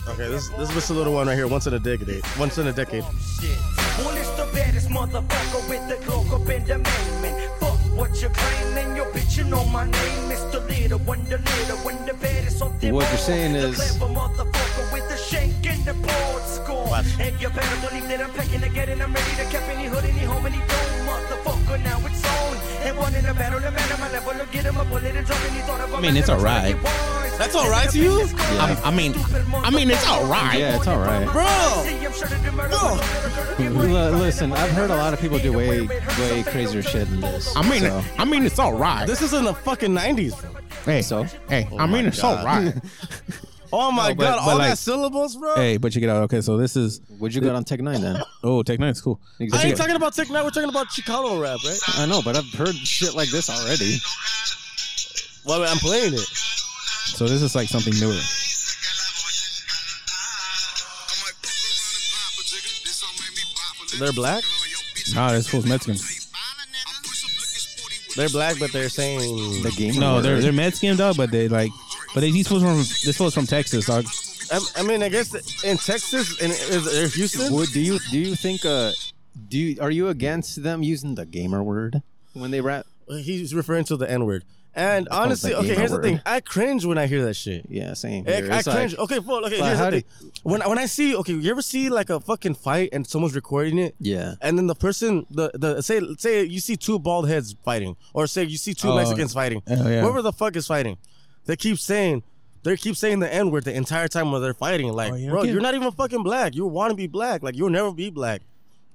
B: Okay, this this is the little one right here. Once in a decade. Once in a decade.
H: Shit. Well, it's the baddest motherfucker with the cloak up in the main Fuck what you're claiming, your bitch, you know my name. It's the leader, one the leader, one the baddest of them
E: What you're
H: all.
E: saying
H: The
E: is-
H: clever motherfucker with the shank and the board score. And you better believe that I'm packing to get it. I'm ready to cap any hood, any home, any dome. Motherfucker, now it's on. And one in a battle, a man on my level, look get him a bullet and drop and he thought of a
C: I mean, it's alright.
B: That's all right to you?
C: I'm- I mean, I mean, it's all right.
E: Yeah, it's all right. L- listen, I've heard a lot of people do way way crazier shit than this.
C: I mean,
E: so,
C: I mean, it's all right.
B: This is in the fucking 90s. bro.
C: hey,
E: so?
C: hey, I mean, it's all right.
B: Oh my
C: No, but-
B: god,
C: but
B: all
C: like-
B: that syllables, bro.
C: hey, but check it out. Okay, so this is.
E: what'd you got on Tech Nine then?
C: Oh, Tech Nine's cool.
B: I
E: Exactly.
B: ain't talking about Tech Nine. We're talking about Chicano rap, right?
E: I know, but I've heard shit like this already.
B: Well, I'm playing it.
C: So this is like something newer.
B: They're black.
C: Nah,
E: Ah,
C: this fool's Mexican.
B: They're black, but they're saying
E: The game.
C: No,
E: Award.
C: they're they're Mexican, dog, but they like, but they, these fools from this fool's from Texas, dog.
B: I, I mean, I guess in Texas and is there Houston.
E: Would do you do you think uh do you, are you against them using the gamer word when they rap?
B: He's referring to the N word. And
E: called
B: honestly,
E: that
B: okay,
E: gamer
B: here's the
E: Oh, word.
B: thing. I cringe when I hear that shit.
E: Yeah, same.
B: I,
E: here.
B: I
E: It's like-
B: cringe. okay, full. Okay,
E: like,
B: here's
E: how
B: the
E: do-
B: thing. When when I see, okay, you ever see like a fucking fight and someone's recording it,
E: yeah.
B: and then the person, the the say say you see two bald heads fighting, or say you see two
C: Oh,
B: Mexicans fighting,
C: oh, yeah.
B: whoever the fuck is fighting, they keep saying. They keep saying the N word the entire time while they're fighting. Like,
C: Oh, yeah.
B: bro,
C: Yeah.
B: you're not even fucking black. You want to be black. Like, you'll never be black.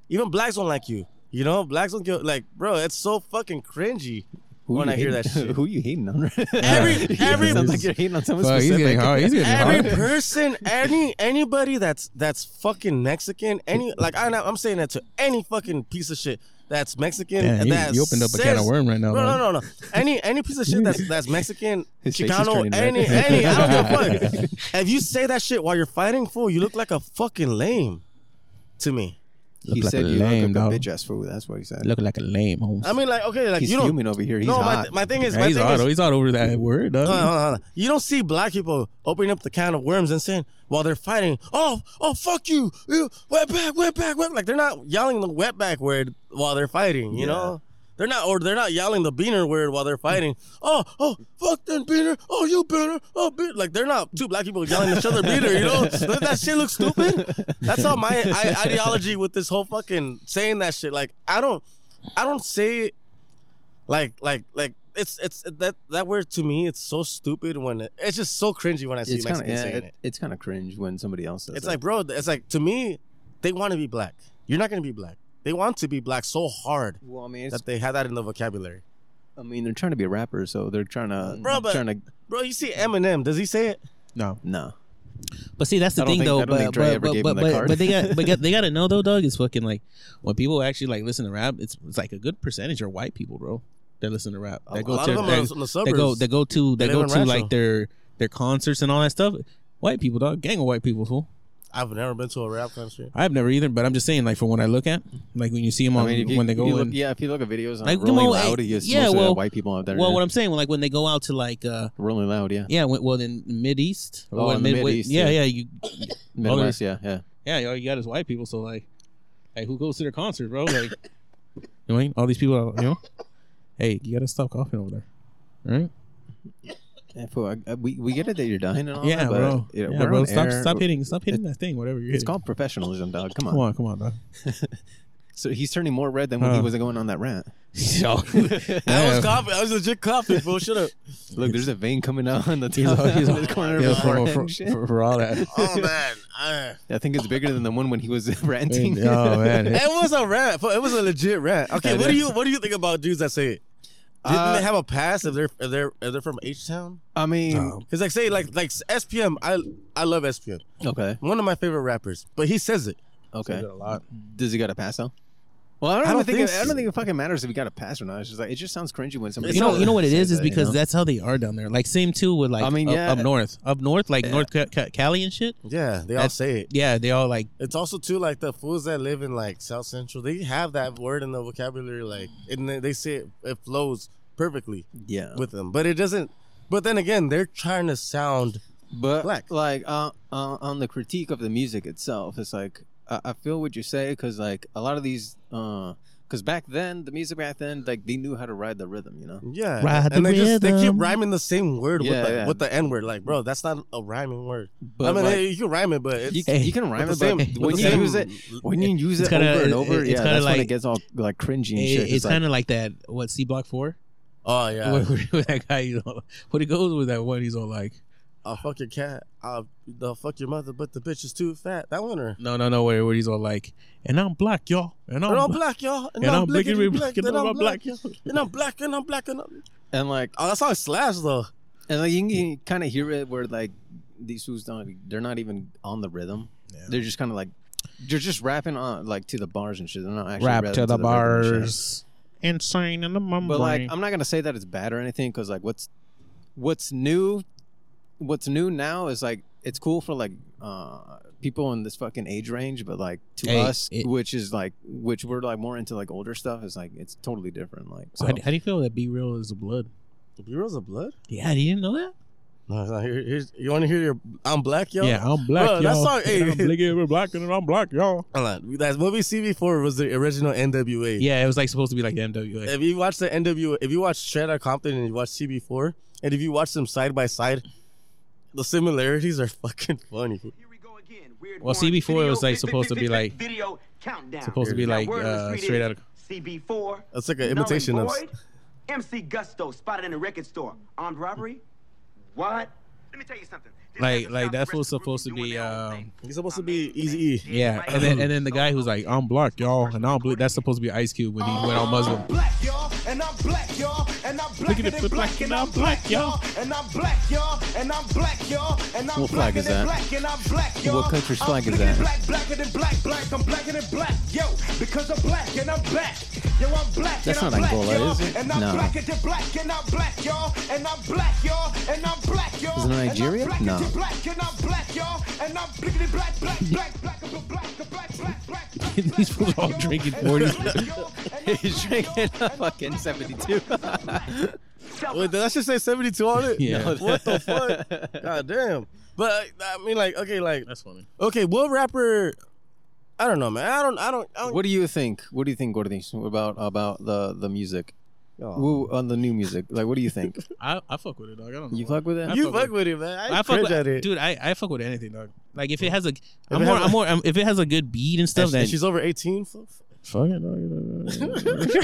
B: Even blacks don't like you. You know, blacks don't give. Like, bro, it's so fucking cringy when
E: you
B: I hear
E: hating-
B: that shit.
E: Who you hating on?
B: Every- every-
E: sounds like you're hating on someone
C: Fuck, he's
E: specific.
C: getting hard. He's getting
B: every
C: hard.
B: person, any anybody that's that's fucking Mexican, any like I, I'm saying that to any fucking piece of shit that's Mexican.
C: Man, you-
B: that
C: you opened up a can of
B: says-
C: worm right now,
B: No,
C: man.
B: no, no, no. Any any piece of shit that's that's Mexican,
E: His face is
B: Chicano,
E: turning red.
B: any any. I don't give a fuck. If you say that shit while you're fighting, fool, you look like a fucking lame to me.
E: He
C: Look like
E: said
C: a
E: you look
C: lame
E: like
C: dog.
E: a bitch ass fool. That's what he said.
C: Look like a lame homes.
B: I mean, like okay, like
E: he's
B: you don't.
E: human over here. He's
B: no, my,
E: hot.
B: my thing is,
C: Yeah,
B: my
C: he's
B: thing
C: hot. oh,
B: is,
C: He's hot over that word. dog.
B: Hold on, hold on, hold on. You don't see black people opening up the can of worms and saying while they're fighting, "Oh, oh, fuck you, you wet back, wet back, wet." Like they're not yelling the wet back word while they're fighting. You know, they're not, or they're not yelling the beaner word while they're fighting. Oh, oh, fuck them beaner. Oh, you beaner. Oh, beaner. like they're not two black people yelling at each other beaner. You know, Doesn't that shit look stupid. That's all my I, ideology with this whole fucking saying that shit. Like I don't, I don't say it like like like it's it's that that word to me it's so stupid when it, it's just so cringy when I see
E: it's kind of
B: Mexicans
E: yeah,
B: saying
E: it,
B: it.
E: it's kind of cringe when somebody else does.
B: It's
E: that.
B: like bro, it's like to me they want to be black. You're not gonna be black. They want to be black so hard
E: well, I mean, it's,
B: that they had that in the vocabulary.
E: I mean, they're trying to be a rapper, so they're trying to
B: Bro, but-
E: trying to
B: Bro, you see Eminem, does he say it?
C: No.
E: no.
C: But see, that's the
E: I don't
C: thing,
E: think-
C: though.
E: I don't
C: But
E: think Dre
C: but
E: ever
C: but
E: gave
C: but,
E: him the
C: but,
E: card.
C: but they got but got, they got to know though, Doug. It's fucking like when people actually like listen to rap. It's it's like a good percentage are white people, bro. That listen to rap. That
B: a lot
C: to
B: of them are
C: that-
B: in the
C: they
B: suburbs.
C: go they go to they,
B: They
C: go
B: live
C: to
B: in Rancho.
C: like their their concerts and all that stuff. White people, dog. Gang of white people, fool.
B: I've never been to a rap concert.
C: I've never either, but I'm just saying, like from what I look at, like when you see them on
E: I mean, if you,
C: when they
E: if
C: go
E: you
C: and
E: look, yeah, if you look at videos on
C: Like,
E: like,
C: come
E: Rolling
C: on,
E: Loud,
C: hey,
E: you see
C: yeah,
E: most of that
C: well-
E: white people out there.
C: well, what I'm saying, like when they go out to like uh
E: Rolling Loud, yeah,
C: yeah, when- well then Mid East,
E: Oh,
C: when
E: in the
C: Mid-
E: Mid East,
C: yeah, yeah,
E: yeah.
C: you
E: Midwest, yeah, yeah.
C: yeah, all you got is white people. So like, like who goes to their concert, bro? Like, you know, what I mean? all these people, are, you know. Hey, you gotta stop coughing over there, right?
E: Yeah, fool, I- I- we we get it that you're dying and all
C: yeah,
E: that, but
C: bro.
E: you know,
C: yeah,
E: we're
C: bro.
E: on
C: Stop,
E: air.
C: stop hitting, stop hitting that thing, whatever you're
E: It's
C: hitting.
E: called professionalism, dog. Come on.
C: Come on, come on, dog.
E: So he's turning more red than when he
C: Huh.
E: was going on that rant.
C: Yo,
B: I was
C: yeah.
B: coughing. I was legit coughing, fool. Shut up.
E: Look, there's a vein coming out on the
C: He's
E: top
C: all, he's
E: of
C: all,
E: his corner of
C: yeah,
E: his
C: for,
E: forehead
C: for,
E: and shit.
C: for, for all that.
B: Oh man, I-
E: I think it's bigger than the one when he was ranting.
C: oh man,
B: it was a rap. fool. It was a legit rap. Okay, what do you what do you think about dudes that say it? Didn't
E: Uh,
B: they have a pass if they're if they're if they're from H town?
E: I mean,
B: Cause like say like like SPM, I I love SPM,
E: okay,
B: one of my favorite rappers, but he says it.
E: okay.
C: a lot.
E: Does he got a pass though? Well, I don't,
B: I
E: even
B: don't
E: think,
B: think
E: it, I
B: so.
E: don't think it fucking matters if he got a pass or not. It's just like it just sounds cringy when somebody.
B: It's
C: You know,
B: not-
C: you know what it
E: says
C: is, is
E: that, you
C: because
E: know?
C: that's how they are down there. Like same too with like,
E: I mean,
C: up,
E: yeah.
C: up north, up north, like North Ca- Ca- Cali and shit.
B: Yeah, they all
C: That's-
B: say it.
C: Yeah, they all like
B: It's also too like the fools that live in like South Central, they have that word in the vocabulary, like and they, they say it, it flows perfectly
E: yeah,
B: with them, but it doesn't. But then again, they're trying to sound
E: but
B: black.
E: like uh, uh, on the critique of the music itself, it's like I, I feel what you say because like a lot of these, because back then the music back then like they knew how to ride the rhythm, you know.
B: yeah,
C: Ride
B: and
C: the
B: they just they keep
C: rhythm.
B: rhyming the same word
E: Yeah,
B: with the
E: yeah.
B: with the n word. Like, bro, that's not a rhyming word.
E: But
B: I mean,
E: like,
B: hey, you can rhyme it, but it's,
E: you,
C: Hey,
E: you can rhyme
B: with
E: it,
B: the
E: but
B: same-
E: when
B: with
E: you
B: the same-
E: use it, when you use
C: It's
E: it
C: kinda-
E: over and
C: it-
E: over,
C: it's
E: yeah,
C: kinda
E: that's when
C: like-
E: it gets all like cringy and
C: It-
E: shit.
C: it's
E: like,
C: kind of like that. What C Block Four?
B: oh yeah,
C: Where- where- where that guy, you know, what he goes with that one, he's all like,
B: I'll fuck your cat. I'll, I'll fuck your mother, but the bitch is too fat. That one or
C: no, no, no, where, where he's all like, and I'm black, y'all, and I'm,
B: And I'm
C: black,
B: black, y'all.
C: and I'm black, and
B: blickety
C: I'm black, and I'm black, y'all.
B: And I'm black, and I'm black, and I'm.
E: and like
B: Oh, that's how it slash though.
E: and like you can kind of hear it where like these fools don't they're not even on the rhythm. They're just kind of like they're just rapping on like to the bars and shit. They're not actually
C: rap
E: rapping
C: to the
E: rhythm and shit.
C: bars, insane in the mumble.
E: But like I'm not gonna say that it's bad or anything because like what's what's new, what's new now is like it's cool for like uh people in this fucking age range, but like to
C: Hey,
E: us,
C: it-
E: which is like which we're like more into like older stuff, is like it's totally different. Like so.
C: how, do- how do you feel that B Real is the blood?
B: B-Roll's a blood?
C: Yeah, you didn't know that?
B: No, no, here, here's, you want to hear your I'm black, yo?
I: Yeah, I'm black,
B: Bro,
I: y'all.
B: that song- hey.
I: I'm black, yeah, we're black, and I'm black, y'all.
B: Hold on. That's what we see before was the original NWA.
C: Yeah, it was like supposed to be like the MWA.
B: If you watch the NWA, if you watch Straight Outta Compton and you watch CB4, and if you watch them side by side, the similarities are fucking funny.
C: Well, CB4 was, like, supposed to be, like-
H: video countdown.
C: supposed to be,
H: Now,
C: like,
H: word on the
C: uh,
H: street
C: straight
H: is
C: outta-
H: CB4.
B: That's like an
H: null and
B: imitation of-
H: void, MC Gusto spotted in a record store. Armed robbery? What? Let me tell you something. This
C: Like-
H: hasn't
C: like,
H: stopped the
C: that's
H: rest
C: what's
H: of the group
C: supposed
H: from
C: to
H: doing
C: be,
H: their own
C: um,
H: thing.
B: He's supposed to be Easy E.
C: Yeah, and then and then the guy who's like I'm black, y'all, and I'm black. That's supposed to be Ice Cube when he went on Muslim.
A: black, y'all, and I'm black, y'all, and I'm black,
I: Look at
A: and
I: it,
A: black, and I'm black, y'all, and I'm black, y'all, and I'm black, y'all, and I'm
E: What
A: black,
E: flag is
A: and
E: that?
A: black, and I'm black, y'all.
E: What country's
A: I'm
E: flag is
A: blacker than
E: that?
A: Black, blacker than black, black, I'm blacker than black, yo, because I'm black, and I'm black, yo, I'm black,
E: That's
A: and I'm
E: not
A: black,
E: Angola,
A: y'all,
E: is it?
A: and I'm
E: No.
A: blacker than black, and I'm black, y'all, and I'm black, y'all, and I'm black, y'all.
E: Isn't it Nigeria?
A: And I'm blacker
E: No.
A: than black, and I'm black, y'all, and I'm blacker than black, black, black, black, black, black, black, black, black, black.
C: These fools all drinking 40s.
E: He's drinking a fucking 72.
B: Wait, did I just say 72 on it?
C: Yeah.
B: What the fuck? God damn. But uh, I mean, like, okay, like,
I: That's funny.
B: okay, what rapper? I don't know, man. I don't, I don't, I don't.
E: what do you think? What do you think, Gordis, about about the the music?
B: Oh.
E: Woo, on the new music, like what do you think?
I: I, I fuck with it, dog. I don't know.
E: You
I: why.
E: fuck with it?
I: I
B: you
I: fuck
B: fuck with it, man. I,
C: I fuck
B: cringe
C: with,
B: at it.
C: dude. I, I fuck with anything, dog. Like if it has a, I'm
B: it
C: more,
B: has a-
C: I'm more, I'm, if it has a good beat and stuff,
B: And
C: then
B: she's over 18. f- f-
I: Fuck it, dog.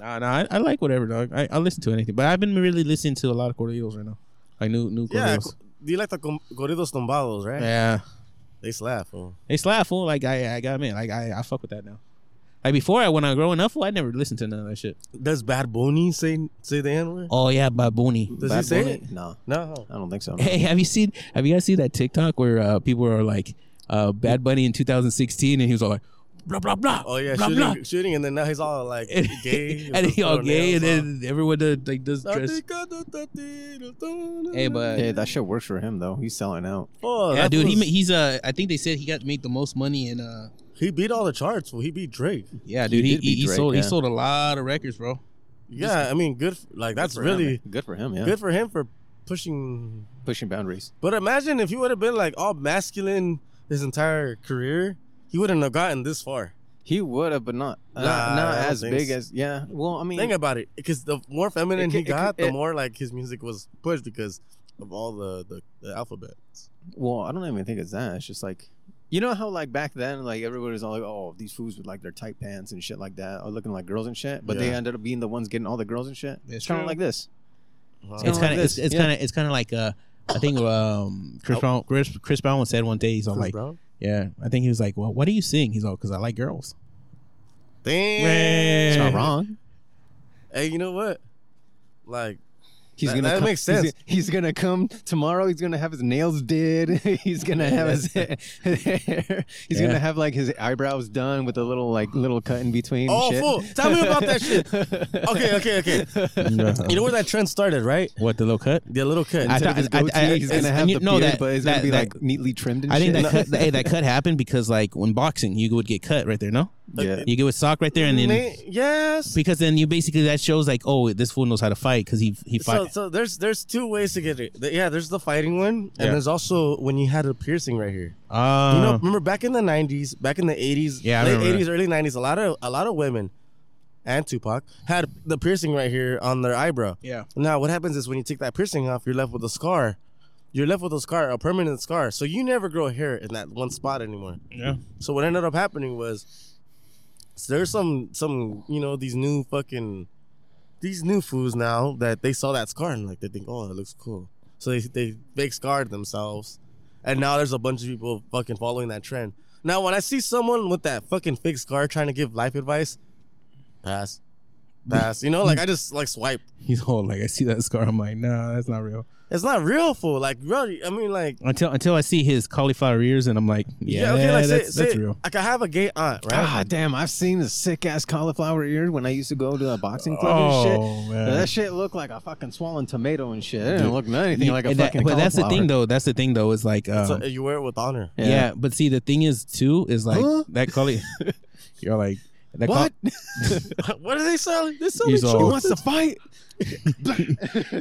C: nah, nah. I, I like whatever, dog. I, I listen to anything, but I've been really listening to a lot of Corridos right now, like new new
B: Yeah.
C: Corridos.
B: Do you like the com- corridos tumbados, right?
C: Yeah,
B: They slap. Fool.
C: they slap fool. Like I I got me. Like I I fuck with that now. Like before, I when I growing up, fool, I never listened to none of that shit.
B: Does Bad Bunny say say the N word?
C: Oh yeah, Babuni.
B: Does he
E: Bad
B: say
E: Bunny?
B: it?
E: No,
B: No.
E: I don't think so.
C: Hey, have you seen? Have you guys seen that TikTok where uh, people are like, uh, "Bad Bunny in 2016," and he was all like, "Blah blah blah."
B: Oh yeah,
C: blah,
B: shooting,
C: blah.
B: shooting, and then now he's all like
C: And,
B: gay, Oh,
C: and he all
B: throwing
C: gay, and
B: nails
C: then everyone does, like does
B: off.
C: dress. Hey, but
E: Hey, that shit works for him though. He's selling out.
B: oh,
C: yeah,
B: that
C: dude, he
B: was-
C: ma- he's uh, I think they said he got made the most money in uh,
B: he beat all the charts. Well, he beat Drake.
C: yeah,
E: He
C: dude, he
E: did beat
C: he, he
E: Drake,
C: sold
E: yeah.
C: he sold a lot of records, bro.
B: Yeah, I mean, good. f- Like that's
E: For him,
B: really
E: man. good for him. Yeah,
B: good for him for pushing.
E: pushing boundaries.
B: But imagine if he would have been like all masculine his entire career, he wouldn't have gotten this far.
E: He would have, but not
B: Nah,
E: not,
B: I
E: not
B: don't
E: as
B: think
E: big
B: so.
E: as yeah. Well, I mean,
B: Think about it, because the more feminine
E: It
B: he
E: ca- it ca-
B: got, the
E: it-
B: more like his music was pushed because of all the the, the alphabets.
E: well, I don't even think it's that. It's just like you know how like back then, like everybody was all like, oh, these fools with like their tight pants and shit like that, or looking like girls and shit. But they
B: Yeah.
E: ended up being the ones getting all the girls and shit.
C: It's
E: It's kind
C: true.
E: of like this.
B: Wow.
C: It's
E: like
C: kind of it's,
E: this,
C: it's
E: yeah.
C: kind of it's kind of like uh, I think um Chris Brown Chris, Chris Brown said one day he's all
B: Chris
C: like,
B: Brown?
C: yeah, I think he was like, well, what do you sing? He's all because I like girls.
B: Damn.
E: It's not wrong.
B: Hey, you know what? Like,
E: He's
B: That-
E: gonna
B: that
E: come,
B: makes
E: he's
B: sense.
E: gonna- He's, gonna come tomorrow. He's gonna have his nails did. he's gonna have his hair. He's
C: Yeah.
E: gonna have like his eyebrows done with a little like little cut in between. and
B: oh,
E: shit.
B: fool, tell me about that shit. Okay, okay, okay. You know where that trend started, right?
C: What the little cut?
B: The little cut.
C: I
E: Instead of
C: thought-
E: his
C: I- I-
E: goatee,
C: I-
E: he's
C: and-
E: gonna have
C: and you
E: the
C: know
E: beard,
C: that-
E: but it's
C: that-
E: gonna be
C: that-
E: like neatly trimmed and
C: I
E: shit.
C: think that cut, hey, that cut happened because like when boxing, you would get cut right there, no?
E: yeah.
C: You get with sock right there, and then
B: Na- yes.
C: because then you basically that shows like, oh, this fool knows how to fight because he he
B: So,
C: fight.
B: so there's there's two ways to get it. The- Yeah, there's the fighting one, and
C: Yeah.
B: there's also when you had a piercing right here.
C: Ah,
B: you know, remember back in the '90s, back in the '80s,
C: Yeah, I
B: late
C: remember that.
B: '80s, early '90s, a lot of a lot of women and Tupac had the piercing right here on their eyebrow.
C: yeah,
B: Now, what happens is when you take that piercing off, you're left with a scar. You're left with a scar, a permanent scar. So you never grow hair in that one spot anymore.
C: yeah.
B: So what ended up happening was so there's some some you know these new fucking these new fools now that they saw that scar and like they think oh it looks cool. So they they fake scarred themselves, and now there's a bunch of people fucking following that trend. Now when I see someone with that fucking fake scar trying to give life advice, pass, pass. You know like I just like swipe.
C: He's all like, I see that scar. I'm like, nah, that's not real.
B: It's not real fool. Like really, I mean like
C: Until until I see his cauliflower ears, and I'm like, yeah,
B: like
C: that's,
B: say,
C: that's
B: say,
C: real.
B: Like I have a gay aunt right.
E: Ah, damn! I've seen the sick ass cauliflower ear when I used to go to a boxing club
C: Oh,
E: and shit.
C: man.
E: That shit looked like a fucking swollen tomato and shit. It didn't look anything
C: You-
E: like a
C: and that-
E: fucking.
C: but that's the thing
E: cauliflower.
C: though. That's the thing though. Is like, um,
B: So you wear it with honor.
C: yeah. But see, the thing is too is like that cauli. you're like They call-
E: What?
B: what are they selling? This
C: He's
E: He
C: all,
E: wants to fight.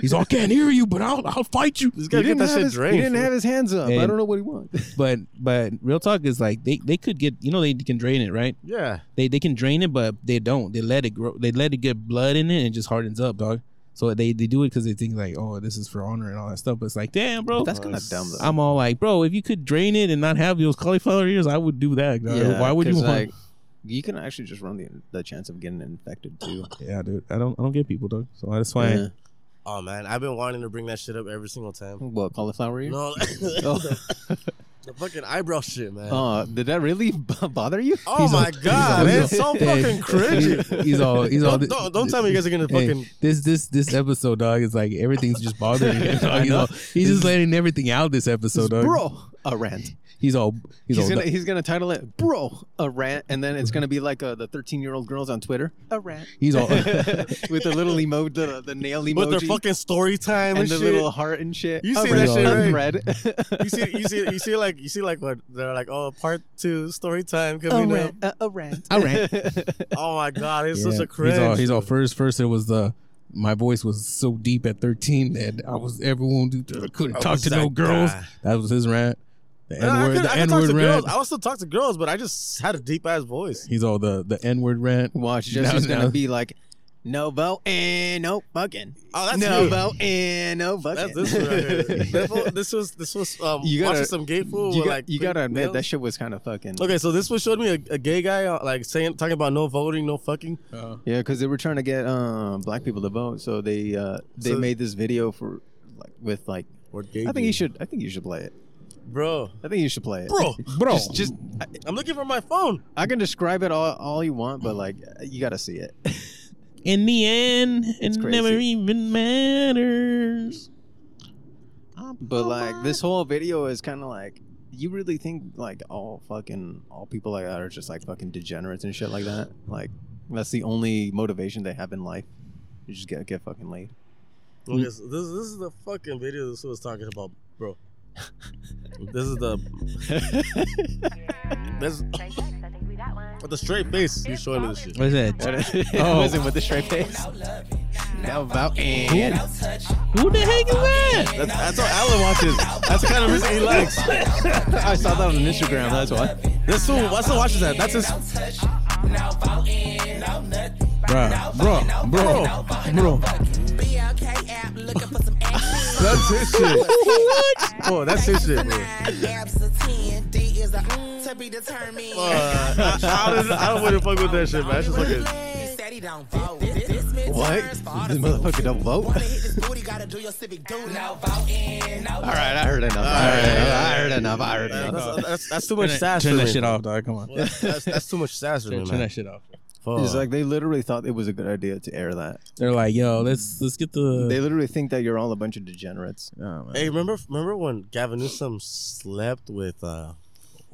C: he's all, I can't hear you, but I'll, I'll fight you.
B: This
E: He
B: guy get
E: didn't,
B: that
E: have
B: shit
E: his, he
B: drained.
E: didn't have his hands up. I
C: And-
E: don't know what he wants.
C: But but real talk is like they, they could get you know they can drain it right.
B: yeah,
C: They they can drain it, but they don't. They let it grow. They let it get blood in it and it just hardens up, dog. So they, they do it because they think like, oh, this is for honor and all that stuff. But it's like, damn, bro.
E: That's kind of dumb though.
C: I'm all like, bro, if you could drain it and not have those cauliflower ears, I would do that. dog. Why would you
E: 'cause,
C: want?
E: Like, you can actually just run the the chance of getting infected too.
C: yeah, dude. I don't I don't get people, dog. So that's why.
E: Yeah.
B: Oh man, I've been wanting to bring that shit up every single time.
E: What cauliflower ear?
B: No,
E: Oh,
B: the fucking eyebrow shit, man.
C: Oh,
E: uh, did that really b- bother you?
B: oh my god, man, it's so fucking cringy.
C: He's all he's all.
B: Don't, don't, don't tell me you guys are gonna
C: Hey,
B: fucking.
C: this this this episode, dog, is like everything's just bothering him. Dog. He's, all, he's just letting everything out this episode, dog.
E: Bro, a rant.
C: He's all he's,
E: He's,
C: all.
E: gonna he's gonna title it "Bro a rant," and then it's gonna be like uh, the thirteen year old girls on Twitter a rant
C: He's all.
E: with the little emoji, the, the nail emoji,
B: Oh. With their fucking story time and,
E: and the
B: shit.
E: little heart and shit.
B: You
E: A
B: see
C: that
E: rant.
C: shit,
B: right?
E: Unread.
B: you see, you see, you see, like, you see, like, what they're like, oh, part two story time
E: a
B: coming
C: Oh,
B: up.
E: rant. A, a rant.
C: I ran.
B: Oh my god, it's
C: Yeah,
B: such a
C: He's all,
B: cringe.
C: he's all first. First, it was the my voice was so deep at thirteen that I was everyone I couldn't
B: I
C: talk
B: was
C: to no
B: that
C: girls.
B: guy.
C: That was his rant. The
B: Nah,
C: N
B: I
C: word.
B: could-
C: The
B: I could
C: N
B: talk
C: word
B: to
C: rant.
B: girls. I would still talk to girls, but I just had a deep ass voice.
C: He's all the the N word rant.
E: Watch,
C: No,
E: Jesse's
C: no.
E: gonna be like, "No voting, no fucking,
B: Oh, that's
E: no
B: you.
E: voting, no
B: That's
E: fucking."
B: this one. Right here. That fool- this was this was um,
E: You gotta-
B: watching some gay fool.
E: you
B: with,
E: got,
B: like
E: you
B: big
E: gotta admit
B: nails.
E: that shit was kind of fucking.
B: Okay, so this one showed me a, a gay guy uh, like saying talking about no voting, no fucking.
E: Yeah, because they were trying to get um, black people to vote, so they uh, they
B: So-
E: made this video for like with like.
B: Or gay
E: I think
B: dude.
E: you should. I think you should play it.
B: bro,
E: I think you should play it,
B: bro,
C: Bro,
E: Just, just I,
B: I'm looking for my phone.
E: I can describe it all, all you want, but like you gotta see it.
C: in the end, it
E: crazy.
C: never even matters.
E: But like this whole video is kind of like you really think like all fucking all people like that are just like fucking degenerates and shit like that. Like that's the only motivation they have in life. You just get get fucking laid. Mm.
B: Okay, so this this is the fucking video this was talking about, bro. this is the this with the straight face. You showing me this shit.
C: What is that?
E: it
C: Oh.
E: wasn't with the straight face. Now about and
C: Who the heck is that?
B: That's, that's how Alan watches. That's the kind of music he likes.
E: I saw that on Instagram. That's why.
B: This fool, what's the watches that? That's his.
C: Bruh, bro, bro, bro.
B: That's his shit. Oh, that's his shit, bro. Uh, I, I don't, I don't want to fuck with that shit, man. It's just fucking.
E: What? This motherfucker don't vote. All right, I heard enough. I heard enough. I heard enough.
B: That's, that's, that's too much sass
C: Turn
B: for
C: that
B: me.
C: shit off, dog. Come on.
B: That's, that's, that's too much sass for me,
C: Turn, turn
B: man.
C: that shit off.
B: Fuck.
E: It's like they literally thought it was a good idea to air that.
C: They're like, yo, let's let's get
E: They
C: the.
E: literally think that you're all a bunch of degenerates.
C: Oh, man.
B: Hey, remember remember when Gavin Newsom slept with uh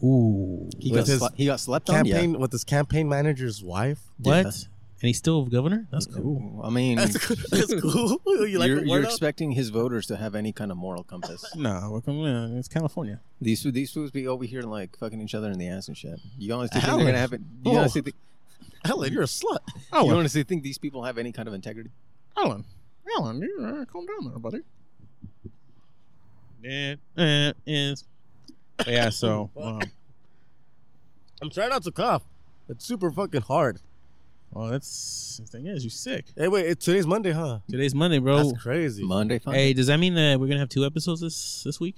C: Ooh,
E: He
B: With
E: got,
B: his
E: sle- he got slept
B: Oh,
E: on. Yeah.
B: campaign with his campaign manager's wife?
C: what?
E: Yeah.
C: And he's still governor? That's cool.
E: I mean,
B: That's cool. That's cool. You like
E: you're,
B: the
E: you're
B: word up?
E: expecting his voters to have any kind of moral compass.
C: Nah, we're coming. in. It's California.
E: these foo- these fools be over here like fucking each other in the ass and shit. You honestly think
B: Alan.
E: they're gonna have it? You
B: Oh.
E: honestly, thi-
B: Helen, you're a slut.
E: you
C: Alan.
E: honestly think these people have any kind of integrity?
C: Alan, Alan, you uh, calm down there, buddy. Yeah, eh, yes. But yeah. So, um,
B: I'm trying not to cough. It's super fucking hard.
C: well, that's the thing is, you sick.
B: Hey, wait, it, today's Monday, huh?
C: Today's Monday, bro.
B: That's crazy.
E: Monday, fine.
C: Hey, does that mean that we're gonna have two episodes this this week?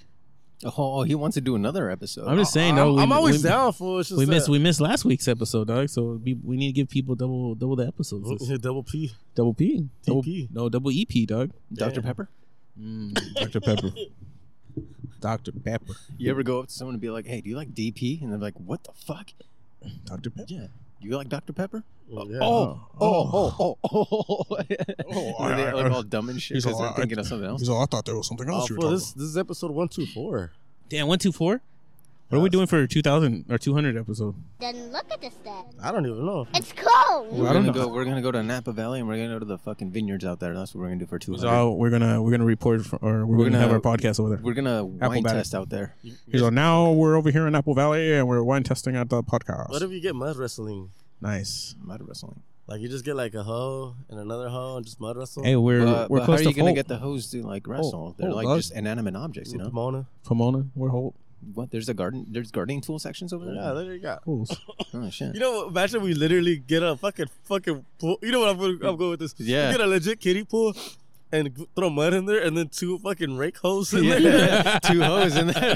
E: Oh, he wants to do another episode.
C: I'm just saying, though.
B: I'm,
C: we-
B: I'm always
C: we,
B: down for it. It's just uh,
C: We missed
B: that-
C: we missed last week's episode, dog. So we, we need to give people double double the episodes.
B: Yeah, Oh, double P.
C: double P, double,
B: TP.
C: no double EP, dog.
E: Dr. Pepper.
C: Mm, Dr Pepper. Dr Pepper.
E: You ever go up to someone and be like, "Hey, do you like DP?" And they're like, "What the fuck?
C: Dr Pepper.
E: Yeah, do you like Dr. Pepper?"
B: Yeah.
E: Oh, oh, oh, oh, oh!
I: Oh,
E: And
I: I-
E: they
I: I-
E: look all dumb and shit
I: He's
E: because
I: all
E: they're
I: right.
E: thinking of something else.
I: He's all, I thought there was something
B: Oh,
I: else you were
B: fool,
I: talking
B: this this is episode one two four.
C: Damn, one two four. What are we doing for two thousand or two hundred episode?
D: Then look at this thing.
B: I don't even know.
D: It's cold.
E: We're
C: I don't
E: gonna
C: know.
E: go. We're gonna go to Napa Valley and we're gonna go to the fucking vineyards out there. That's what we're gonna do for two
C: So
E: hundred.
C: we're gonna we're gonna report from, or we're,
E: We're
C: gonna, have our
E: gonna-
C: podcast over there.
E: We're gonna wine
C: Valley.
E: test out there.
C: So now we're over here in Apple Valley and we're wine testing at the podcast.
B: What if you get mud wrestling?
C: Nice.
E: mud wrestling.
B: Like you just get like a hoe and another hoe and just mud wrestle.
C: Hey, we're
E: But,
C: we're
E: but how
C: close
E: are
C: to
E: you gonna
C: Holt.
E: get the hoes to like wrestle? They're
C: Holt
E: like
C: does.
E: just inanimate objects, you know.
B: Pomona.
C: Pomona. We're Holt.
E: What? There's a garden. There's gardening tool sections over there.
B: Yeah, there you go.
C: Fools.
E: Oh
B: You
E: shit.
B: know, imagine we literally get a fucking fucking pool. You know what I'm going I'm going with this?
E: Yeah.
B: We get a legit kiddie pool and g- throw mud in there and then two fucking rake holes in there.
E: Yeah, two hoes in there,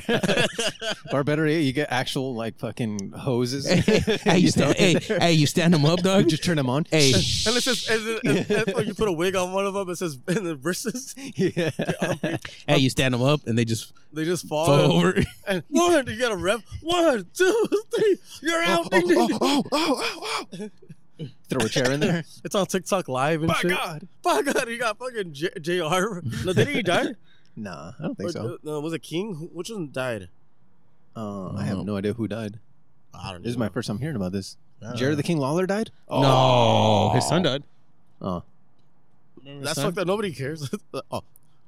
E: or better yet, you get actual like fucking hoses.
C: hey, you stand. hey, hey, you stand him up, dog.
E: just turn them on.
C: Hey,
B: And it says, and, then- and, and, you put a wig on one of them. It says, and the verses,
E: yeah. Oh,
C: hey, you stand them up, and they just
B: they just fall,
C: fall
B: and-
C: over.
B: And one, you got a rep. One, two, three. You're
E: Oh,
B: out. Ding, ding, ding.
C: Oh,
E: Throw a chair in there.
B: It's on TikTok live and
E: By
B: shit.
E: God.
B: By God, you got fucking J- Jr. No, didn't he die?
E: Nah, I don't think
B: Or,
E: so.
B: uh, no, was it King? Who- Which one died?
E: Uh, I have no idea who died.
B: I don't
E: This is my first time hearing about this. Jared the King Lawler died. Oh,
C: No, his son died.
E: Oh.
B: That's fucked up. Nobody cares. oh,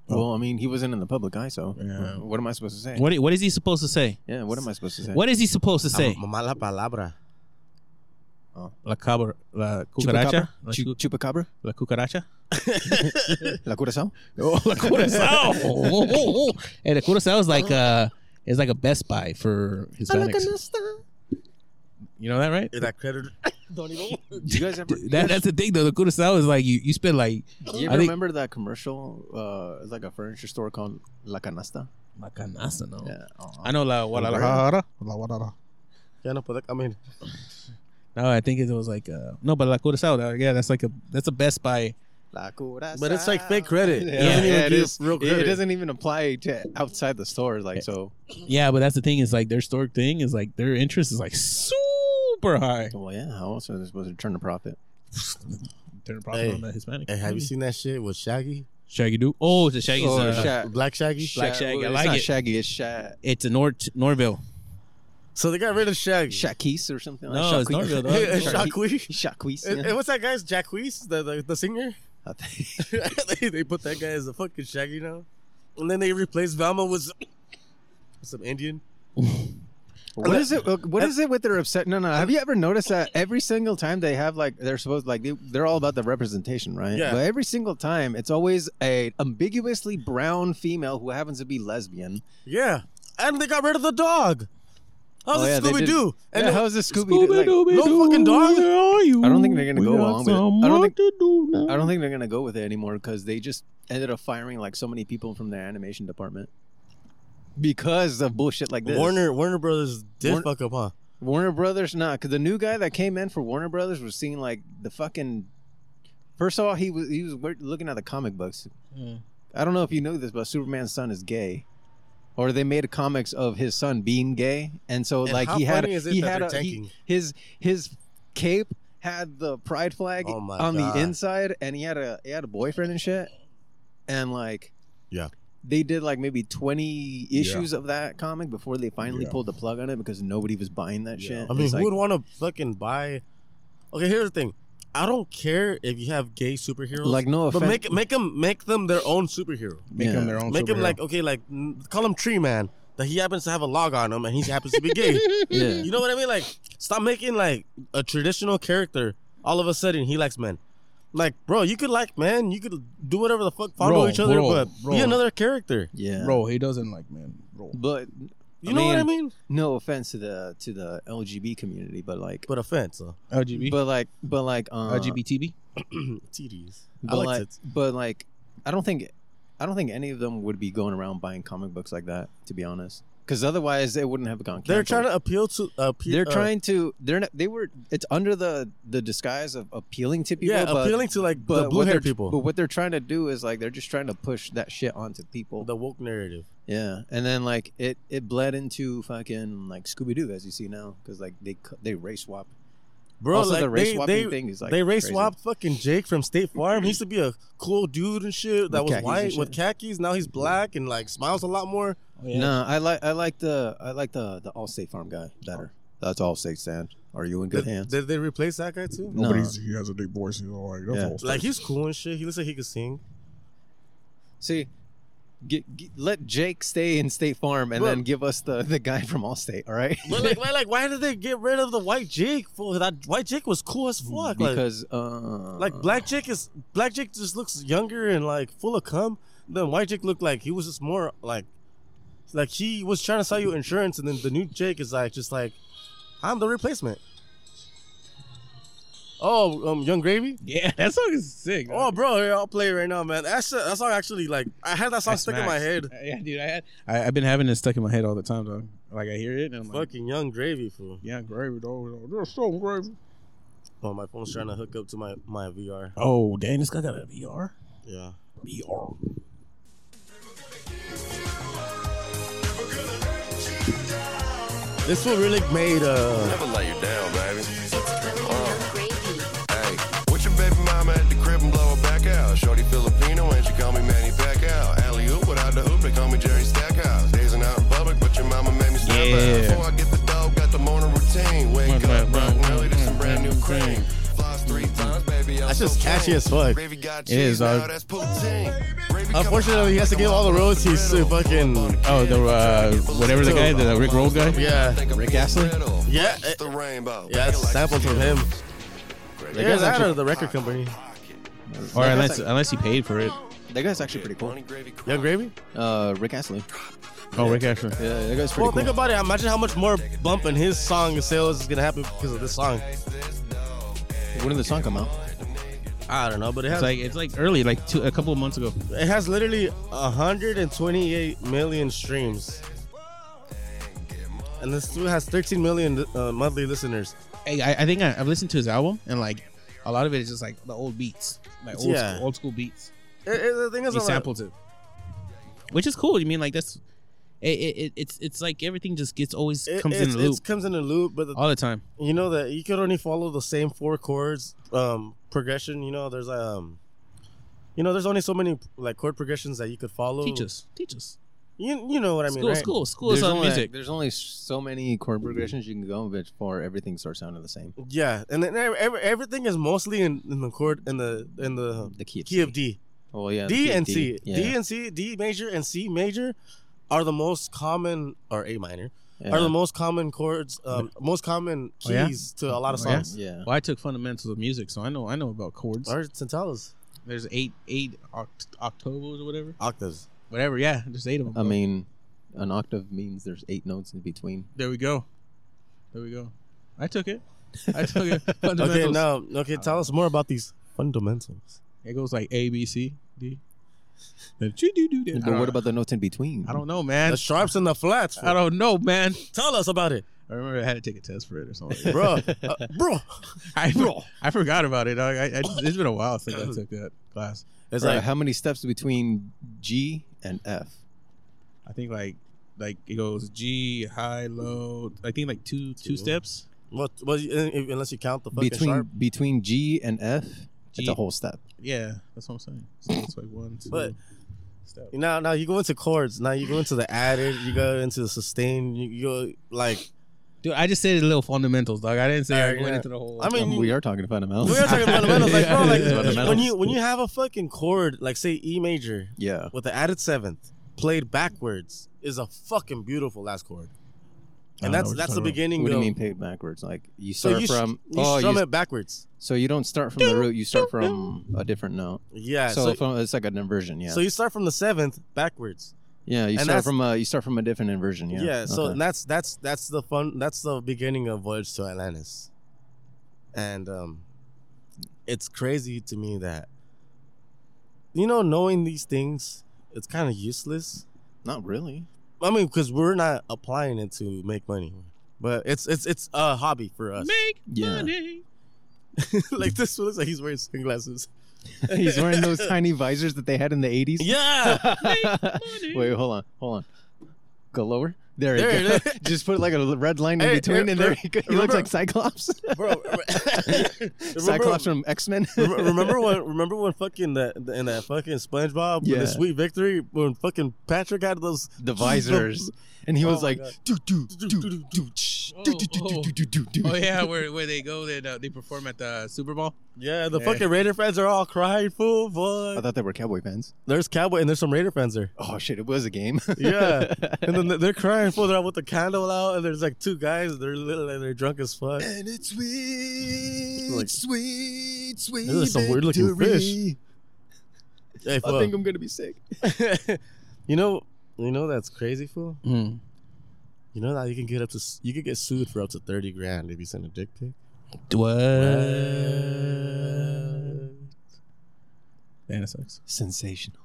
E: Well, I mean, he wasn't in the public eye, so uh,
C: Yeah.
E: what am I supposed to say?
C: What? What is he supposed to say?
E: Yeah, what am I supposed to say?
C: What is he supposed to say?
B: mala palabra.
C: La cabra, la
E: Chupacabra?
C: cucaracha, la,
E: Chu-
C: cu-
E: Chupacabra?
C: la cucaracha.
E: La Curacao?
C: Oh, la curacao. and the curacao is like uh, is like a Best Buy for Hispanics. You know that, right?
B: Is that credited?
E: Do you guys ever, you
C: That,
E: guys-
C: that's the thing though. The curacao is like you, you spend like
E: you
C: I
E: ever
C: think-
E: remember that commercial? Uh, it's like a furniture store called La Canasta.
C: la canasta, no?
E: Yeah. Oh,
C: I know la Guadalajara.
B: Yeah, no, but like, I mean,
C: No, I think it was like uh, no, but la curacao. uh, Yeah, that's like a that's a Best Buy.
E: La Curacao.
B: but it's like fake credit. It
E: Yeah,
B: doesn't even
E: yeah, it,
B: give
E: is.
B: real
E: It-
B: credit.
E: it doesn't even apply to outside the store. Like so.
C: Yeah, but that's the thing is like their store thing is like their interest is like super high.
E: Well, yeah. How else are they supposed to turn a profit?
C: Turn profit
B: Hey.
C: on the Hispanic.
B: Hey, Eh, have you seen that shit with Shaggy?
C: Shaggy Doo? Oh, it's a Shaggy's.
E: Oh,
C: uh,
E: Shag-
B: Black Shaggy?
C: Black Shag, I
E: well,
C: like
E: it's not
C: it.
E: Shaggy, it's Sha-
C: it's a Nor Norville.
B: So they got rid of Shaggy.
E: Shakis or something.
C: No,
E: like
C: it's not real, dog.
B: Hey,
C: Shaggy.
B: Shaqui?
E: Shakis.
B: And- and what's that guy's Jacquees, the, the the singer? they, they put that guy as a fucking Shaggy now, and then they replaced Velma with some Indian.
E: What is it? What is it with their upset? No, no. Have you ever noticed that every single time they have like they're supposed like they, they're all about the representation, right?
B: Yeah.
E: But every single time, it's always a ambiguously brown female who happens to be lesbian.
B: Yeah, and they got rid of the dog. How's
E: Oh, yeah,
B: it
E: they
B: Scooby
E: did-
B: Doo?
E: And
B: And
E: yeah,
B: the-
E: how's this Scooby? Like,
B: no fucking dog?
E: I don't think they're gonna go along with it. I don't think
C: to do now.
E: I don't think they're gonna go with it anymore because they just ended up firing like so many people from their animation department because of bullshit like this.
B: Warner Warner Brothers did
E: Warner-
B: fuck up, huh?
E: Warner Brothers, not because the new guy that came in for Warner Brothers was seeing like the fucking. First of all, he was he was wor- looking at the comic books.
B: Hmm.
E: I don't know if you knew this, but Superman's son is gay, or they made comics of his son being gay, and so
B: And
E: like
B: how
E: he had
B: funny is it
E: he
B: that
E: had
B: they're
E: a, he-
B: tanking?
E: his his cape had the pride flag
B: Oh my
E: on
B: God.
E: the inside, and he had a he had a boyfriend and shit, and like
B: Yeah.
E: they did like maybe 20 issues of that comic before they finally pulled the plug on it because nobody was buying that shit.
B: I mean,
E: It's
B: who
E: like-
B: would want to fucking buy? Okay, here's the thing. I don't care if you have gay superheroes.
E: Like, no
B: but
E: offen-
B: make make them make them their own superhero.
C: Make
E: Yeah.
C: them their own.
B: Make him
C: superhero.
B: like okay, like mm, call him Tree Man. That he happens to have a log on him and he happens to be gay.
E: Yeah.
B: You know what I mean? Like stop making like a traditional character. All of a sudden he likes men. Like bro, you could like men. You could do whatever the fuck, fondle
C: Bro,
B: each other,
C: bro,
B: but be
C: bro.
B: another character.
E: yeah.
C: Bro, he doesn't like man. Bro.
E: But
B: You
E: I
B: know what I
E: mean-
B: mean?
E: no offense to the to the LGB community, but like
B: But offense, so.
C: LGB.
E: but like but like uh,
C: LGBTB.
B: TDs. I
E: but
B: like
E: like,
B: it.
E: but like I don't think I don't think any of them would be going around buying comic books like that to be honest. Cuz otherwise it wouldn't have gone
B: They're
E: canceled.
B: trying to appeal to. Uh, pe-
E: they're
B: uh,
E: trying to they're not, they were it's under the the disguise of appealing to people
B: Yeah,
E: but
B: appealing to like
E: but
B: the
E: what
B: blue
E: they're-
B: haired people.
E: But what they're trying to do is like they're just trying to push that shit onto people.
B: the woke narrative.
E: Yeah, and then like it it bled into fucking like Scooby Doo as you see now because like they cu- they race swap.
B: Bro,
E: also,
B: like
E: the race
B: they,
E: swapping
B: they,
E: thing is like
B: they race
E: crazy.
B: swapped fucking Jake from State Farm. He used to be a cool dude and shit that was
E: With khakis and
B: white with
E: shit.
B: khakis. Now he's black and like smiles a lot more.
E: No, I like I like the I like the the All State Farm guy better. That's All State Stan. Are you in good
B: Did,
E: hands?
B: did they replace that guy too?
E: No.
I: But he's, he has a big voice. He's all like, that's
E: Yeah.
I: all.
B: Like he's cool and shit. He looks like he could sing.
E: See, Get, get- let Jake stay in State Farm and
B: Bro.
E: then give us the, the guy from Allstate, all right?
B: But like, why, like, why did they get rid of the white Jake? Fool, that white Jake was cool as fuck. Like,
E: because uh,
B: like black Jake is black Jake just looks younger and like full of cum. Then white Jake looked like he was just more like, like he was trying to sell you insurance, and then the new Jake is like just like, I'm the replacement. Oh, um, Young Gravy.
C: Yeah, that song is sick.
B: Oh, bro, here, I'll play it right now, man. That shit, that song actually like I had that song
C: That
B: stuck in my
C: smacks.
B: head.
C: Yeah, dude, I had I, I've been having this stuck in my head all the time, dog. Like I hear it and I'm like,
B: Fucking Young Gravy, fool.
I: Yeah, gravy, dog. There's so gravy.
B: Oh, my phone's trying to hook up to my my VR.
C: oh, dang, this guy got a VR.
B: Yeah.
C: VR.
B: This fool really made uh.
J: Never lay you down, baby. Hey, with your baby mama at the crib and blow her back out. Shorty Filipino and she call me Manny Pacquiao. Alley oop without the hoop, they call me Jerry Stackhouse. Dazing out in public, but your mama made me step out.
C: Yeah.
J: Before I get the dog, got the morning routine. Wake
C: Blah,
J: up,
C: blah,
J: bright and
C: blah,
J: early to
C: blah,
J: some brand
C: blah,
J: new
C: blah.
J: cream. Floss three times, baby, I'm
B: That's
J: so
B: just catchy
J: clean.
B: as fuck.
J: Gravy got cheese,
C: is, dog.
J: now that's poutine.
B: uh, Unfortunately, he has to give all the royalties to fucking.
C: Oh, the uh, whatever the guy, the Rick Roll guy.
B: Yeah.
J: Rick
E: Astley?
B: Yeah,
J: It's
B: it-
J: the rainbow.
B: Yeah, it's sampled from him.
J: They
B: Yeah, that or the record company.
C: Or
E: That guy's
C: unless
E: like-
C: unless he paid for it.
B: uh,
E: that guy's actually pretty cool.
B: Young Gravy?
E: Uh, Rick Astley.
C: Oh, Rick Ashley.
E: Yeah, that guy's pretty
B: Well,
E: cool.
B: think about it. Imagine how much more bump in his song sales is going to happen because of this song.
E: when did the song come out?
B: I don't know, but it
C: It's
B: has,
C: like it's like early, like two, a couple of months ago.
B: it has literally 128 million streams. And this dude has 13 million uh, monthly listeners.
C: Hey, I, I think I, I've listened to his album and like a lot of it is just like the old beats, like old
B: Yeah.
C: school, old school beats.
B: It, it- the thing is,
C: He
B: I'm like-
C: samples it, which is cool. You mean like that's it, it, it, it's it's like everything just gets always
B: it,
C: comes in
B: it's-
C: a
B: it's
C: loop
B: comes in a loop, but the
C: all the time.
B: you know that you could only follow the same four chords um progression you know there's um you know there's only so many like chord progressions that you could follow
C: Teach us, teach us.
B: you, you know what i mean
C: School,
B: right?
C: school, school is on
E: only,
C: music.
E: there's only so many chord progressions you can go with before everything starts sounding the same.
B: yeah and then every, every, everything is mostly in, in the chord in the in the
E: The key of
B: Uh, key of
E: C.
B: d
E: Well, yeah, the
B: d
E: key of
B: and c
E: Yeah.
B: d and c d major and c major are the most common or a minor
E: yeah.
B: are the most common chords um most common
C: Oh, yeah?
B: keys to a lot of
C: Oh, yeah?
B: songs
E: Yeah.
C: Well, I took fundamentals of music, so I know I know about chords.
B: or centavos
C: There's eight eight oct- octavos or whatever,
B: octaves
C: whatever. Yeah, there's eight of them.
E: I mean, an octave means there's eight notes in between.
C: there we go, there we go. I took it. I took it. fundamentals.
B: okay now okay tell us more about these fundamentals
C: It goes like A B C D. Then choo doo doo doo.
E: But what about the notes in between?
C: I don't know, man.
B: The sharps and the flats.
C: I don't know, man.
B: Tell us about it,
C: I remember I had to take a test for it or something.
B: bro. Uh, bro,
C: I, for- I forgot about it. dog. I, I, it's been a while since I took that class.
B: it's
E: Alright,
B: like
E: how many steps between G and F?
C: I think like like it goes G high low. I think like two two steps.
B: what? What? uh, Unless you count the fucking
E: between
B: sharp.
E: between G and F, it's
C: G.
E: a whole step.
C: Yeah, that's what I'm saying. So it's like one two.
B: But-
C: step.
B: Now, now you go into chords. Now you go into the added. You go into the sustain. You, you go like.
C: Dude, I just said a little fundamentals, dog. I didn't say I
B: Alright,
C: went
B: yeah.
C: into the whole.
B: I mean,
E: Um, we are talking about them.
B: we are talking about fundamentals, like bro, like
C: Yeah.
B: when you when you have a fucking chord, like say E major
E: yeah,
B: with the added seventh played backwards, is a fucking beautiful last chord. And that's
C: I don't know what
B: that's
C: you're
B: the
C: talking about.
B: beginning.
E: what do you
B: of-
E: mean paid backwards? Like you
B: So
E: start
B: you,
E: from
B: from, you
E: oh,
B: strum
E: you,
B: it backwards.
E: so you don't start from the root. You start from a different note.
B: Yeah.
E: so
B: So,
E: from, it's like an inversion. Yeah,
B: so you start from the seventh backwards.
E: yeah. You
B: and
E: start
B: that's-
E: from a you start from a different inversion. Yeah.
B: Yeah. so
E: Okay.
B: that's that's that's the fun. That's the beginning of Voyage to Atlantis, and um, it's crazy to me that you know knowing these things, it's kind of useless.
E: not really.
B: I mean, because we're not applying it to make money, but it's it's it's a hobby for us.
C: make
E: Yeah.
C: money.
B: like this one looks like he's wearing sunglasses.
E: He's wearing those tiny visors that they had in the eighties.
B: Yeah.
E: Wait, hold on, hold on. Go lower. There,
B: There
E: you go.
B: it is.
E: Just put like a red line in
B: Hey,
E: between,
B: eh,
E: and there
B: eh,
E: he, go. he
B: remember-
E: looks like Cyclops.
B: bro.
E: Cyclops from X Men.
B: Rem- remember when? Remember when fucking that in that fucking SpongeBob with
E: Yeah.
B: the sweet victory when fucking Patrick had those
E: the visors, and he
B: Oh
E: was
B: my
E: like,
B: God. Oh,
E: do do do do do shh, do do do do do do do.
C: Oh yeah, where where they go, they uh, they perform at the Super Bowl.
B: Yeah, the
E: Yeah.
B: fucking Raider fans are all crying, fool. Boy.
E: I thought they were Cowboy fans.
B: There's Cowboy and there's some Raider fans there.
E: Oh shit! It was a game.
B: Yeah, and then they're crying, fool. They're out with the candle out, and there's like two guys. They're little and they're drunk as fuck.
E: and it's sweet,
B: Like-
E: sweet, sweet.
B: This is some weird-looking
E: victory.
B: Hey,
E: I
B: fool.
E: think I'm gonna be sick.
B: you know, you know that's crazy, fool.
C: Mm.
B: You know that you can get up to s- you could get sued for up to thirty grand if you send a dick pic.
C: What?
B: Uh, Bro,
C: That sucks.
E: Sensational.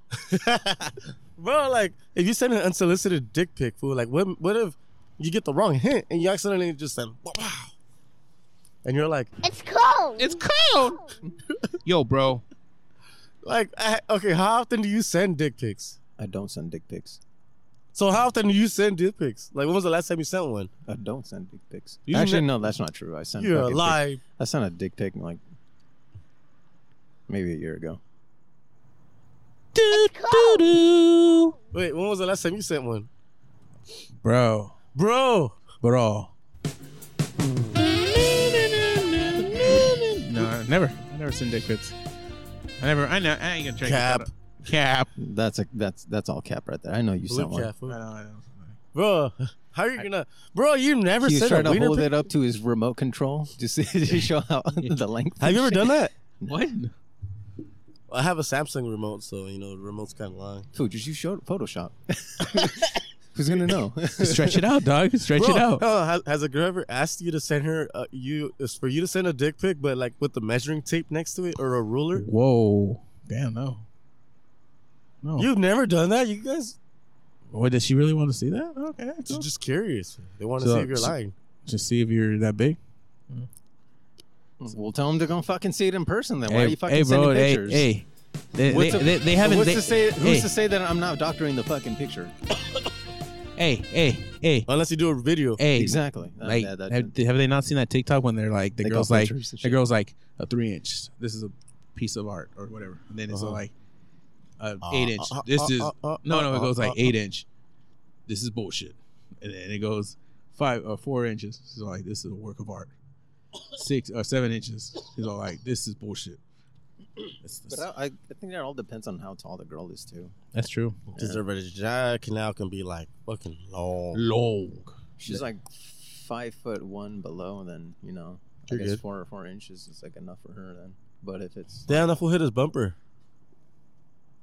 B: like if you send an unsolicited dick pic, fool, like what what if you get the wrong hint and you accidentally just send wow, wow, and you're like,
D: It's cold.
C: It's cold. Yo, bro.
B: like I, okay, how often do you send dick pics?
E: I don't send dick pics.
B: So how often do you send dick pics? Like when was the last time you sent one?
E: I don't send dick pics.
B: You
E: Actually,
B: ne-
E: no, that's not true. I sent.
B: You're a
E: fucking dick-
B: lie.
E: I sent a dick pic like maybe a year ago.
C: Do, do, do.
B: Wait, when was the last time you sent one,
C: Bro.
B: bro?
C: Bro. No, I never. I never seen dick pics. I never. I know. I ain't gonna try.
B: Cap.
C: Cap.
E: That's a that's that's all cap right there. I know you sent
B: Blue
E: one.
B: cat,
C: I
B: fool.
C: know. I know.
B: bro. How are you gonna, bro? You never
E: He was
B: sent a
E: trying to
B: wiener
E: hold
B: pic?
E: it up to his remote control to see to show how the length.
B: Have you ever done that?
C: What?
B: I have a Samsung remote, so you know the remote's kind of long.
E: Food, just you showed Photoshop. Who's gonna know?
C: Stretch it out, dog. Stretch
B: Bro,
C: it out.
B: oh, has, has a girl ever asked you to send her uh, you it's for you to send a dick pic, but like with the measuring tape next to it or a ruler?
C: Whoa. Damn. No. No.
B: You've never done that, you guys.
C: What does she really want to see that? Okay.
B: Just, just curious. They want to
C: So-
B: see if you're
C: so-
B: lying.
C: just see if you're that big.
E: Well, tell him to go fucking see it in person. Then why
C: hey,
E: are you fucking
C: hey, bro,
E: sending
C: hey,
E: pictures?
C: Hey, They,
E: What's
C: they,
E: up-
C: they, they haven't.
E: What's
C: they,
E: to say? Who's
C: hey,
E: to say that I'm not doctoring the fucking picture?
C: hey, hey, hey,
B: Unless you do a video.
C: hey.
E: Exactly. That-
C: Like,
E: that- that-
C: have, have they not seen that TikTok when they're like the
E: They got
C: girls like
E: pictures and
C: the
E: shit.
C: girls like a three inch. This is a piece of art or whatever. And then it's
B: Uh-huh.
C: like a
B: Uh,
C: eight inch.
B: uh, uh,
C: this
B: uh,
C: is
B: uh, uh,
C: no, no.
B: uh,
C: It goes like
B: uh,
C: eight inch. This is bullshit. And then it goes five or four inches. It's like this is a work of art. Six or seven inches. It's all like this is bullshit. That's,
E: but
C: that's,
E: I, I think that all depends on how tall the girl is too.
C: that's true.
B: Because their vagina canal can be like fucking long.
C: Long.
E: She's like five foot one below, and then you know,
B: You're
E: I guess
B: good.
E: four or four inches is like enough for her then. But if it's
B: Damn, that fool hit his bumper.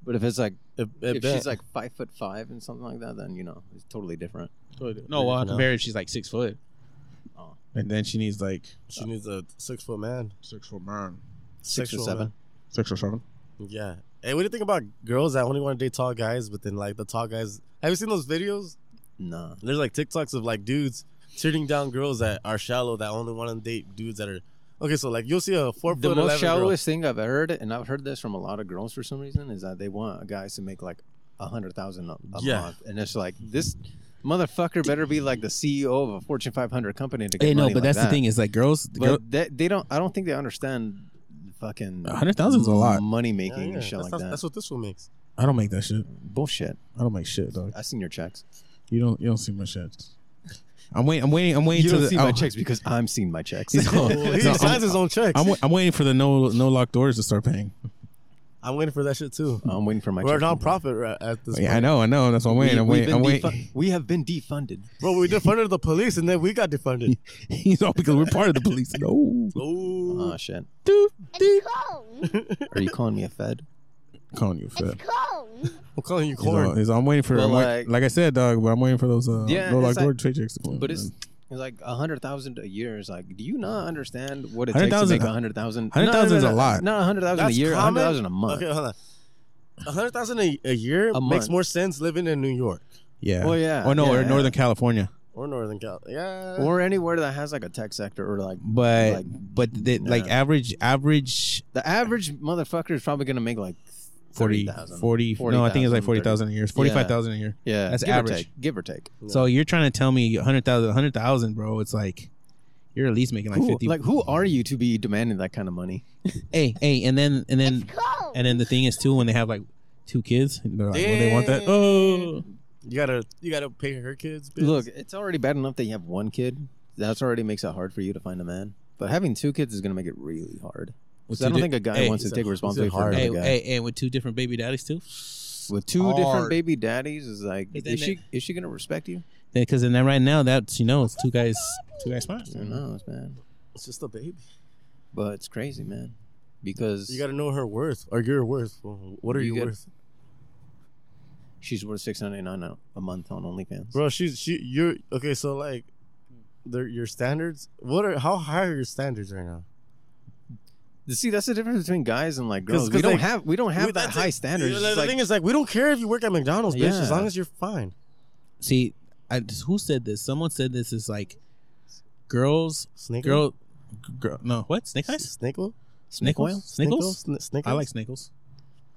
E: but if it's like
B: It, it
E: if
B: bent.
E: she's like five foot five and something like that, then you know it's totally different.
C: No, uh, well,
B: No.
C: compared she's like six foot.
E: Oh.
C: And then she needs like
B: she needs a six foot man.
I: Six foot nine.
E: Six or
B: Sexual
E: seven.
I: Six or seven.
B: man. Yeah. Hey, what do you think about girls that only want to date tall guys, but then like the tall guys? Have you seen those videos?
E: Nah,
B: There's like TikToks of like dudes turning down girls that are shallow that only want to date dudes that are okay. So like you'll see a four
E: the
B: foot
E: most
B: eleven girl.
E: shallowest thing I've heard, and I've heard this from a lot of girls for some reason, is that they want guys to make like a hundred thousand a a
B: Yeah.
E: month, and it's like this motherfucker better be like the CEO of a Fortune 500 company to get
C: Hey, no,
E: money
C: but
E: like
C: that's
E: that.
C: the thing is like girls, the girl,
E: But that, they don't. I don't think they understand the fucking
C: A hundred thousand's a lot.
E: money
B: Yeah,
E: making
B: yeah.
E: and shit
B: that's,
E: like
B: that's-
E: that.
B: that's what this one makes.
C: I don't make that shit.
E: Bullshit.
C: I don't make shit, dog.
E: I seen your checks.
C: You don't, you don't see my shit. I'm waiting. I'm waiting. I'm waiting
E: You
C: to
E: don't
C: the. oh,
E: see my
C: I'll-
E: checks because I'm seeing my checks.
C: No,
B: Well, he
C: no,
B: signs
C: I'm,
B: his own checks.
C: I'm
B: I'm,
C: wai- I'm waiting for the no no locked doors to start paying.
B: waiting for that shit too.
E: I'm waiting for my.
B: We're a
E: checks.
B: nonprofit right at this.
C: Yeah, I
B: point.
C: know, I know. That's why I'm waiting. I'm
E: we've
C: waiting.
E: been
C: I'm
E: defu-
C: waiting.
E: we have been defunded.
B: Bro, we defunded the police and then we got defunded.
C: you know, because we're part of the police. No,
B: Oh,
E: Oh shit!
D: It's cold.
E: Are you calling me a fed?
C: calling you for that.
D: It's cold.
B: I'm calling you
C: He's all-
B: corn.
C: he's- I'm waiting for.
E: Well,
C: I'm wait- like,
E: like-
C: I said, dog. But I'm waiting for those uh,
E: Yeah,
C: no locked
E: it's like-
C: door paychecks. to come in,
E: But it's
C: man.
E: it's like a hundred thousand a year. Is like, do you not understand what it takes to
C: 100,000
E: make a hundred thousand?
C: 100,000 is a lot.
E: Not a hundred thousand a
B: That's
E: year. a
B: common?
E: Hundred thousand a month.
B: Okay, hold on. A hundred thousand a a year
E: A
B: makes
E: month.
B: more sense living in New York
C: yeah.
E: Well, yeah,
C: Oh no, or
E: yeah.
C: Northern California.
B: or Northern California. Yeah.
E: Or anywhere that has like a tech sector or like
C: but
E: Like,
C: but the, like
E: nah.
C: average average
E: the average motherfucker is probably gonna make like
C: 40
E: 30,000.
C: 40 no i think it's like 40,000
E: 40,000,
C: a year It's 45,000 a year
E: Yeah,
C: That's
E: give
C: average.
E: Or take, give or take.
C: so you're trying to tell me 100,000 100,000 bro it's like you're at least making like
E: who,
C: 50
E: like who are you to be demanding that kind of money?
C: hey hey and then and then
D: Cold.
C: and then the thing is too when they have like two kids and they're like well, they want that oh
B: you gotta you gotta pay her kids. Bitch.
E: Look, it's already bad enough that you have one kid. That's already makes it hard for you to find a man. But having two kids is gonna make it really hard. So I don't think a guy wants to take responsibility for
C: Hey,
E: another guy.
C: hey, and with two different baby daddies too.
E: With two different
C: Hard.
E: baby daddies, is like,
C: Is
E: is,
C: that
E: she is she gonna respect you?
C: Because then right now that's you know it's two guys, two guys fine.
E: Who knows, man?
B: It's just a baby.
E: But it's crazy, man. Because
B: You gotta know her worth or your worth. What are
E: You
B: you,
E: get-
B: worth,
E: she's worth six ninety nine a a month on OnlyFans.
B: bro? She's she. You're okay. So like, their your standards. What are how high are your standards right now?
E: See, that's the difference between guys and like
B: 'Cause-
E: girls. we
B: 'cause,
E: don't
B: like,
E: have we don't have
B: We-
E: that
B: that's it.
E: high standards.
B: Yeah,
E: It's
B: the
E: like-
B: thing is, like, we don't care if you work at McDonald's, bitch, as
E: Yeah.
B: long as you're fine.
C: See, I just- who said this? Someone said this is like girls,
B: Snickle,
C: girl, girl. No, what snake eyes?
B: Snickle,
C: Snake oil?
B: Snickle,
C: Snickles?
B: Sn- Snickles.
C: I like snickles.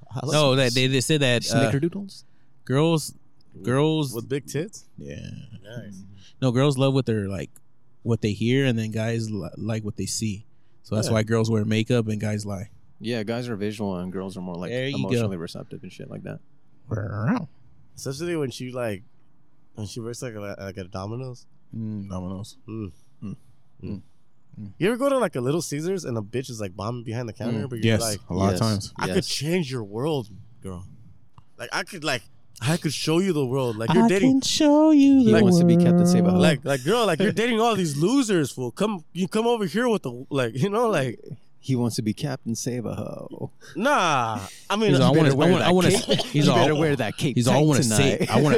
B: I like-
C: No, that they, they said that uh,
E: snickerdoodles.
C: girls, girls.
B: with big tits.
C: Yeah,
B: Nice.
C: no, girls love what they're like, what they hear, and then guys li- like what they see. So that's
B: Yeah.
C: why girls wear makeup and guys lie.
E: Yeah, guys are visual and girls are more like
C: There you go.
E: emotionally receptive and shit like that.
C: Mm,
B: Especially when she like when she works like a, like at Domino's.
C: Mm, dominoes.
B: You ever go to like a Little Caesars and a bitch is like bombing behind the counter, but you're
C: Mm. yes,
B: like,
C: a lot of
E: yes.
C: times.
B: I could
E: Yes.
B: change your world, girl. Like I could like I could show you the world. Like you're dating
C: show you
E: He wants to be Captain Save a Hug.
B: like like girl, like you're dating all these losers, fool. Come you come over here with the like, you know, like
E: He wants to be Captain Save a Ho.
B: nah. I mean
C: He's all, I want to.
E: wear
C: I want
E: that
C: to. He's
E: you better
C: all.
E: wear that cape.
C: He's all. I want to
E: tight
C: save. I
E: tonight."
C: want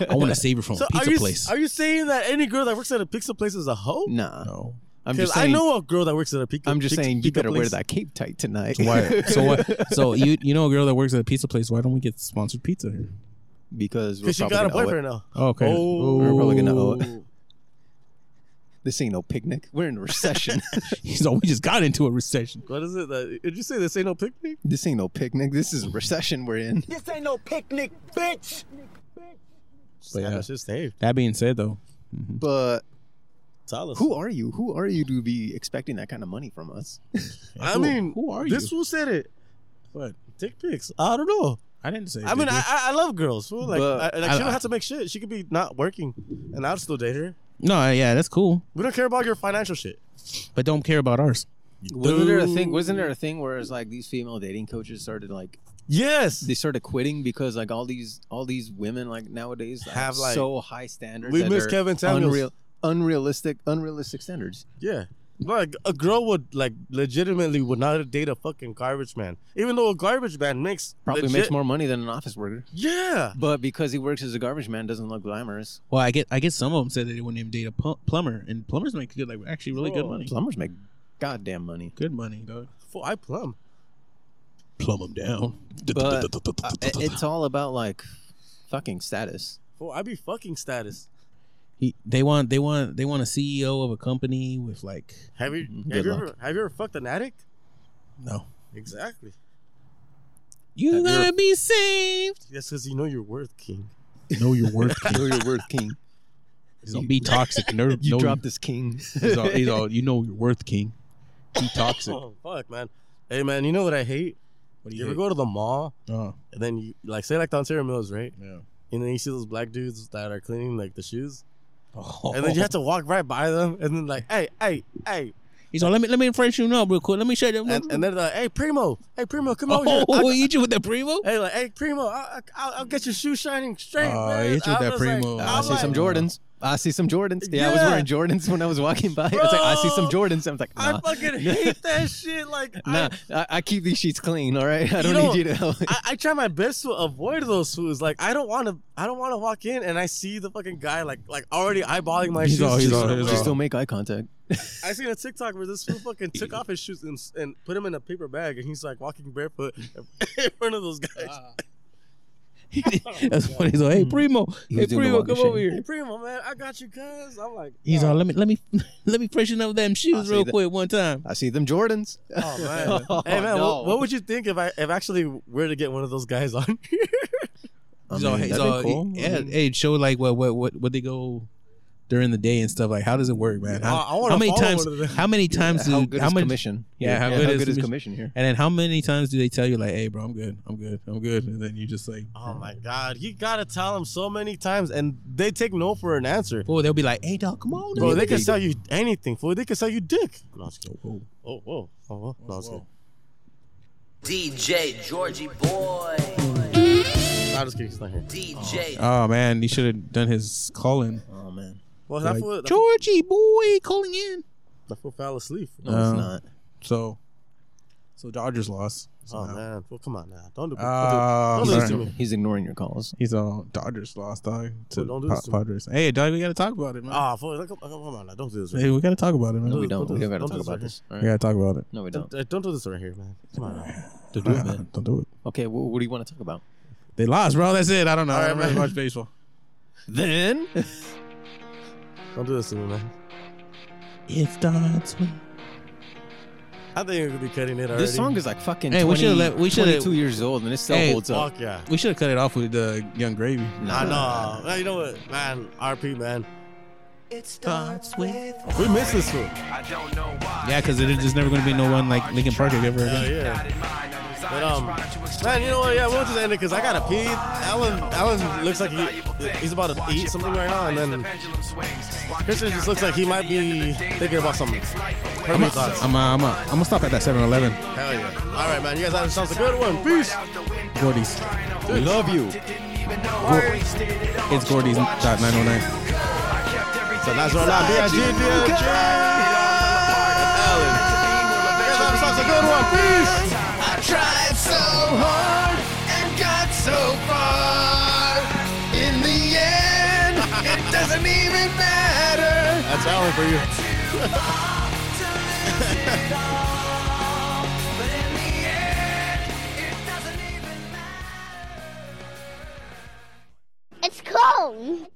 C: to. I want to save her from
B: so
C: a
B: are
C: pizza
B: you
C: place.
B: are you saying that any girl that works at a pizza place is a hoe?
E: Nah,
C: no.
E: I'm
B: Because
E: just saying.
B: I know a girl that works at a pizza.
E: I'm just
B: pizza-
E: saying. You
B: pizza
E: better wear
B: place.
E: that cape tight tonight.
C: Why? So what? So you you know a girl that works at a pizza place? Why don't we get sponsored pizza here?
E: Because we're
B: Because she
E: probably
B: got a
E: gonna owe it.
B: boyfriend now.
C: Oh, okay.
B: Oh.
E: We're probably gonna owe it. This ain't no picnic. We're in a recession.
C: So we just got into a recession.
B: What is it? That, did you say this ain't no picnic?
E: this ain't no picnic. This is a recession we're in.
H: This ain't no picnic, bitch.
C: But yeah.
B: That's just hey,
C: That being said, though,
E: But
B: Talos.
E: who are you? Who are you to be expecting that kind of money from us?
B: I
C: who-
B: mean,
C: who are
B: This
C: you?
B: fool said it.
C: What?
B: Dick pics. I don't know.
C: I didn't say.
B: I mean, I, I I love girls. Fool. Like,
E: But-
B: I, like she
C: I-
B: don't have to make shit. She could be not working, and I'd still date her.
C: no, yeah, that's cool,
B: We don't care about your financial shit.
C: but don't care about ours.
E: Wasn't there a thing? Wasn't there a thing where it's like these female dating coaches started like
B: Yes.
E: they started quitting because like all these all these women like nowadays like,
B: Have, like-
E: so high standards.
B: We
E: that
B: miss
E: are
B: Kevin Samuels.
E: Unreal, unrealistic, unrealistic standards.
B: Yeah. Like a girl would like legitimately would not date a fucking garbage man, even though a garbage man makes
E: Probably
B: legit-
E: makes more money than an office worker,
B: Yeah.
E: but because he works as a garbage man, doesn't look glamorous.
C: Well, I get I get some of them said that they wouldn't even date a pl- plumber, and plumbers make good like actually really good money.
E: Plumbers make goddamn money.
C: Good money, dog.
B: Fool, I plumb.
C: Plumb them down.
E: But uh, it- it's all about like fucking status.
B: Fool, I be fucking status.
C: He, they want they want they want a CEO of a company with like
B: Have you
E: Mhm.
B: have
E: Good
B: you,
E: luck.
B: ever, have you ever fucked an addict?
C: no.
B: Exactly.
C: You
E: Have you
C: gotta
E: ever-
C: be saved.
B: Yes, because you know your worth, King.
C: Know your worth.
E: Know your worth, king.
C: Don't be toxic. Know,
E: You
C: know-
E: drop this king.
C: He's all, he's all, you know your worth, King. Be toxic.
B: Oh fuck, man. Hey man, you know what I hate?
C: What
B: You, ever go to the mall
C: Oh,
B: and then you like say like the Ontario Mills, right?
C: yeah.
B: And then you see those black dudes that are cleaning like the shoes,
E: Oh.
B: and then you have to walk right by them, and then like, hey, hey, hey,
C: he's all, let me let me fresh you up real quick. Let me show you.
B: and, and then they're like, hey, primo, hey, primo, come over
C: oh,
B: here. I-
C: he hit you with that primo.
B: Hey, like, hey, primo, I, I, I'll, I'll get your shoe shining straight.
C: Oh,
B: man.
C: I hit you with
B: I
C: that
B: was like-
C: Primo.
E: I
B: I'm
E: see
B: like,
E: some Jordans. I see some Jordans. Yeah, I was
B: Yeah.
E: wearing Jordans when I was walking by. I was like, I see some
B: Bro.
E: Jordans. I was like, nah,
B: I fucking hate that shit. Like,
E: nah.
B: I,
E: I, I keep these sheets clean. All right, I
B: You
E: don't
B: know-
E: need you to help.
B: I, I try my best to avoid those foods. Like, I don't want to, I don't want to walk in and I see the fucking guy like, like already eyeballing my
C: He's
B: shoes.
C: all- he's
B: Just
C: all-
B: gonna
C: he's
B: wear
E: Just
C: all-
B: them.
E: don't make eye contact.
B: I seen a TikTok where this fool fucking took off his shoes and, and put him in a paper bag, and he's like walking barefoot in front of those guys.
C: That's funny. He's all, hey primo,
E: He
C: hey
E: was doing the
C: primo,
E: walking
C: come over
E: shit.
C: here.
B: Hey, primo, man, I got you, cuz. I'm like,
C: He's
B: oh,
C: all, let me let me let me freshen up them shoes
E: see
C: real
E: that.
C: quick one time.
E: I see them Jordans.
B: oh, man. hey, man,
E: no.
B: what, what would you think if I if actually were to get one of those guys on here?
E: I
C: He's all,
E: mean,
C: hey, he's
E: that'd be
C: all,
E: cool. I
C: yeah,
E: mean,
C: hey, show like what what what what they go during the day and stuff. Like, how does it work, man? How,
B: I- I wanna
C: how many
B: follow
C: times?
B: one of them.
C: How many times?
E: how
C: do,
E: good
C: how
E: is
C: many-
E: commission?
C: Yeah, how good is commission?
E: commission here?
C: And then how many times do they tell you like, "Hey, bro, I'm good, I'm good, I'm good," and then you just like,
B: Oh my God, you gotta tell them so many times, and they take no for an answer.
C: "Boy, they'll be like, hey, dog, come on,
B: Bro,
C: man."
B: they can sell you anything. Fool, they can sell you dick. No, I'm just kidding.
C: Whoa,
B: Oh, whoa, oh, whoa. No, I'm just
C: whoa.
B: kidding.
H: DJ Georgie Boy.
B: I'll just kidding, he's not here.
H: DJ.
C: Oh man, you should have done his calling.
E: Oh man.
B: Well,
C: Like,
B: that fool, that, fool-
C: Georgie boy calling in.
B: that fool fell asleep.
E: No,
C: Um,
E: it's not.
C: So, so Dodgers lost.
B: Oh
C: So,
B: man, well, come on now, don't do,
C: Ah,
B: don't do, don't do this to
C: sorry.
B: me.
E: He's ignoring your calls.
C: He's all Dodgers lost, dog. To
B: Fool, don't do
C: Pa-
B: this to me.
C: Padres. Hey, dog, we gotta talk about it, man.
B: Ah, fool, come, come on now, don't do this. Right
C: hey, we gotta talk about it, man.
E: No, we
C: we,
E: don't.
B: do
E: We
B: this.
E: gotta
B: Don't
E: talk
B: do this
E: about
B: right
E: this. All right.
C: gotta talk about it.
E: No, we don't.
B: don't, uh, don't do this right here, man. Come on. Now.
E: To do it,
C: Nah,
E: man.
C: Don't do it.
E: Okay, wh- what do you want to talk about?
C: They lost, bro. That's it. I don't know. I
B: right,
C: don't really
B: man.
C: watch baseball.
E: Then
B: Don't do this to me, man.
C: It starts. with-
B: I think we're gonna be cutting it already.
E: this song is like fucking
C: Hey, we
E: 20,
C: should've let- we should've-
E: 22 years old and it still
C: Hey,
E: holds up.
B: fuck yeah.
C: We should have cut it off with uh, Young Gravy.
B: I know. Man, you know what, man? RP, man.
H: It starts with.
B: We missed this fool.
H: I don't know why.
C: Yeah, because there's just never gonna be no one like Lincoln Park ever
B: Hell
C: again.
B: yeah. But um,
H: man,
B: man, you know what? Yeah, we'll just end it because I gotta pee. Alan, Alan looks like he, he's about to eat something right now, and then Christian just looks like he might be thinking about something. Permanent thoughts.
C: I'm uh, I'm uh, I'm gonna stop at that 7-Eleven.
B: Hell yeah. All right, man. You guys have yourselves a good one. Peace.
C: Gordy's.
E: I love you.
C: It's Gordy's dot 909.
B: So that's what I'm doing. You guys have yourselves a good one. Peace.
H: I tried so hard and got so far. In the end, it doesn't even matter.
B: That's Alan for you.
H: But in the end, it doesn't even matter.
D: It's cold.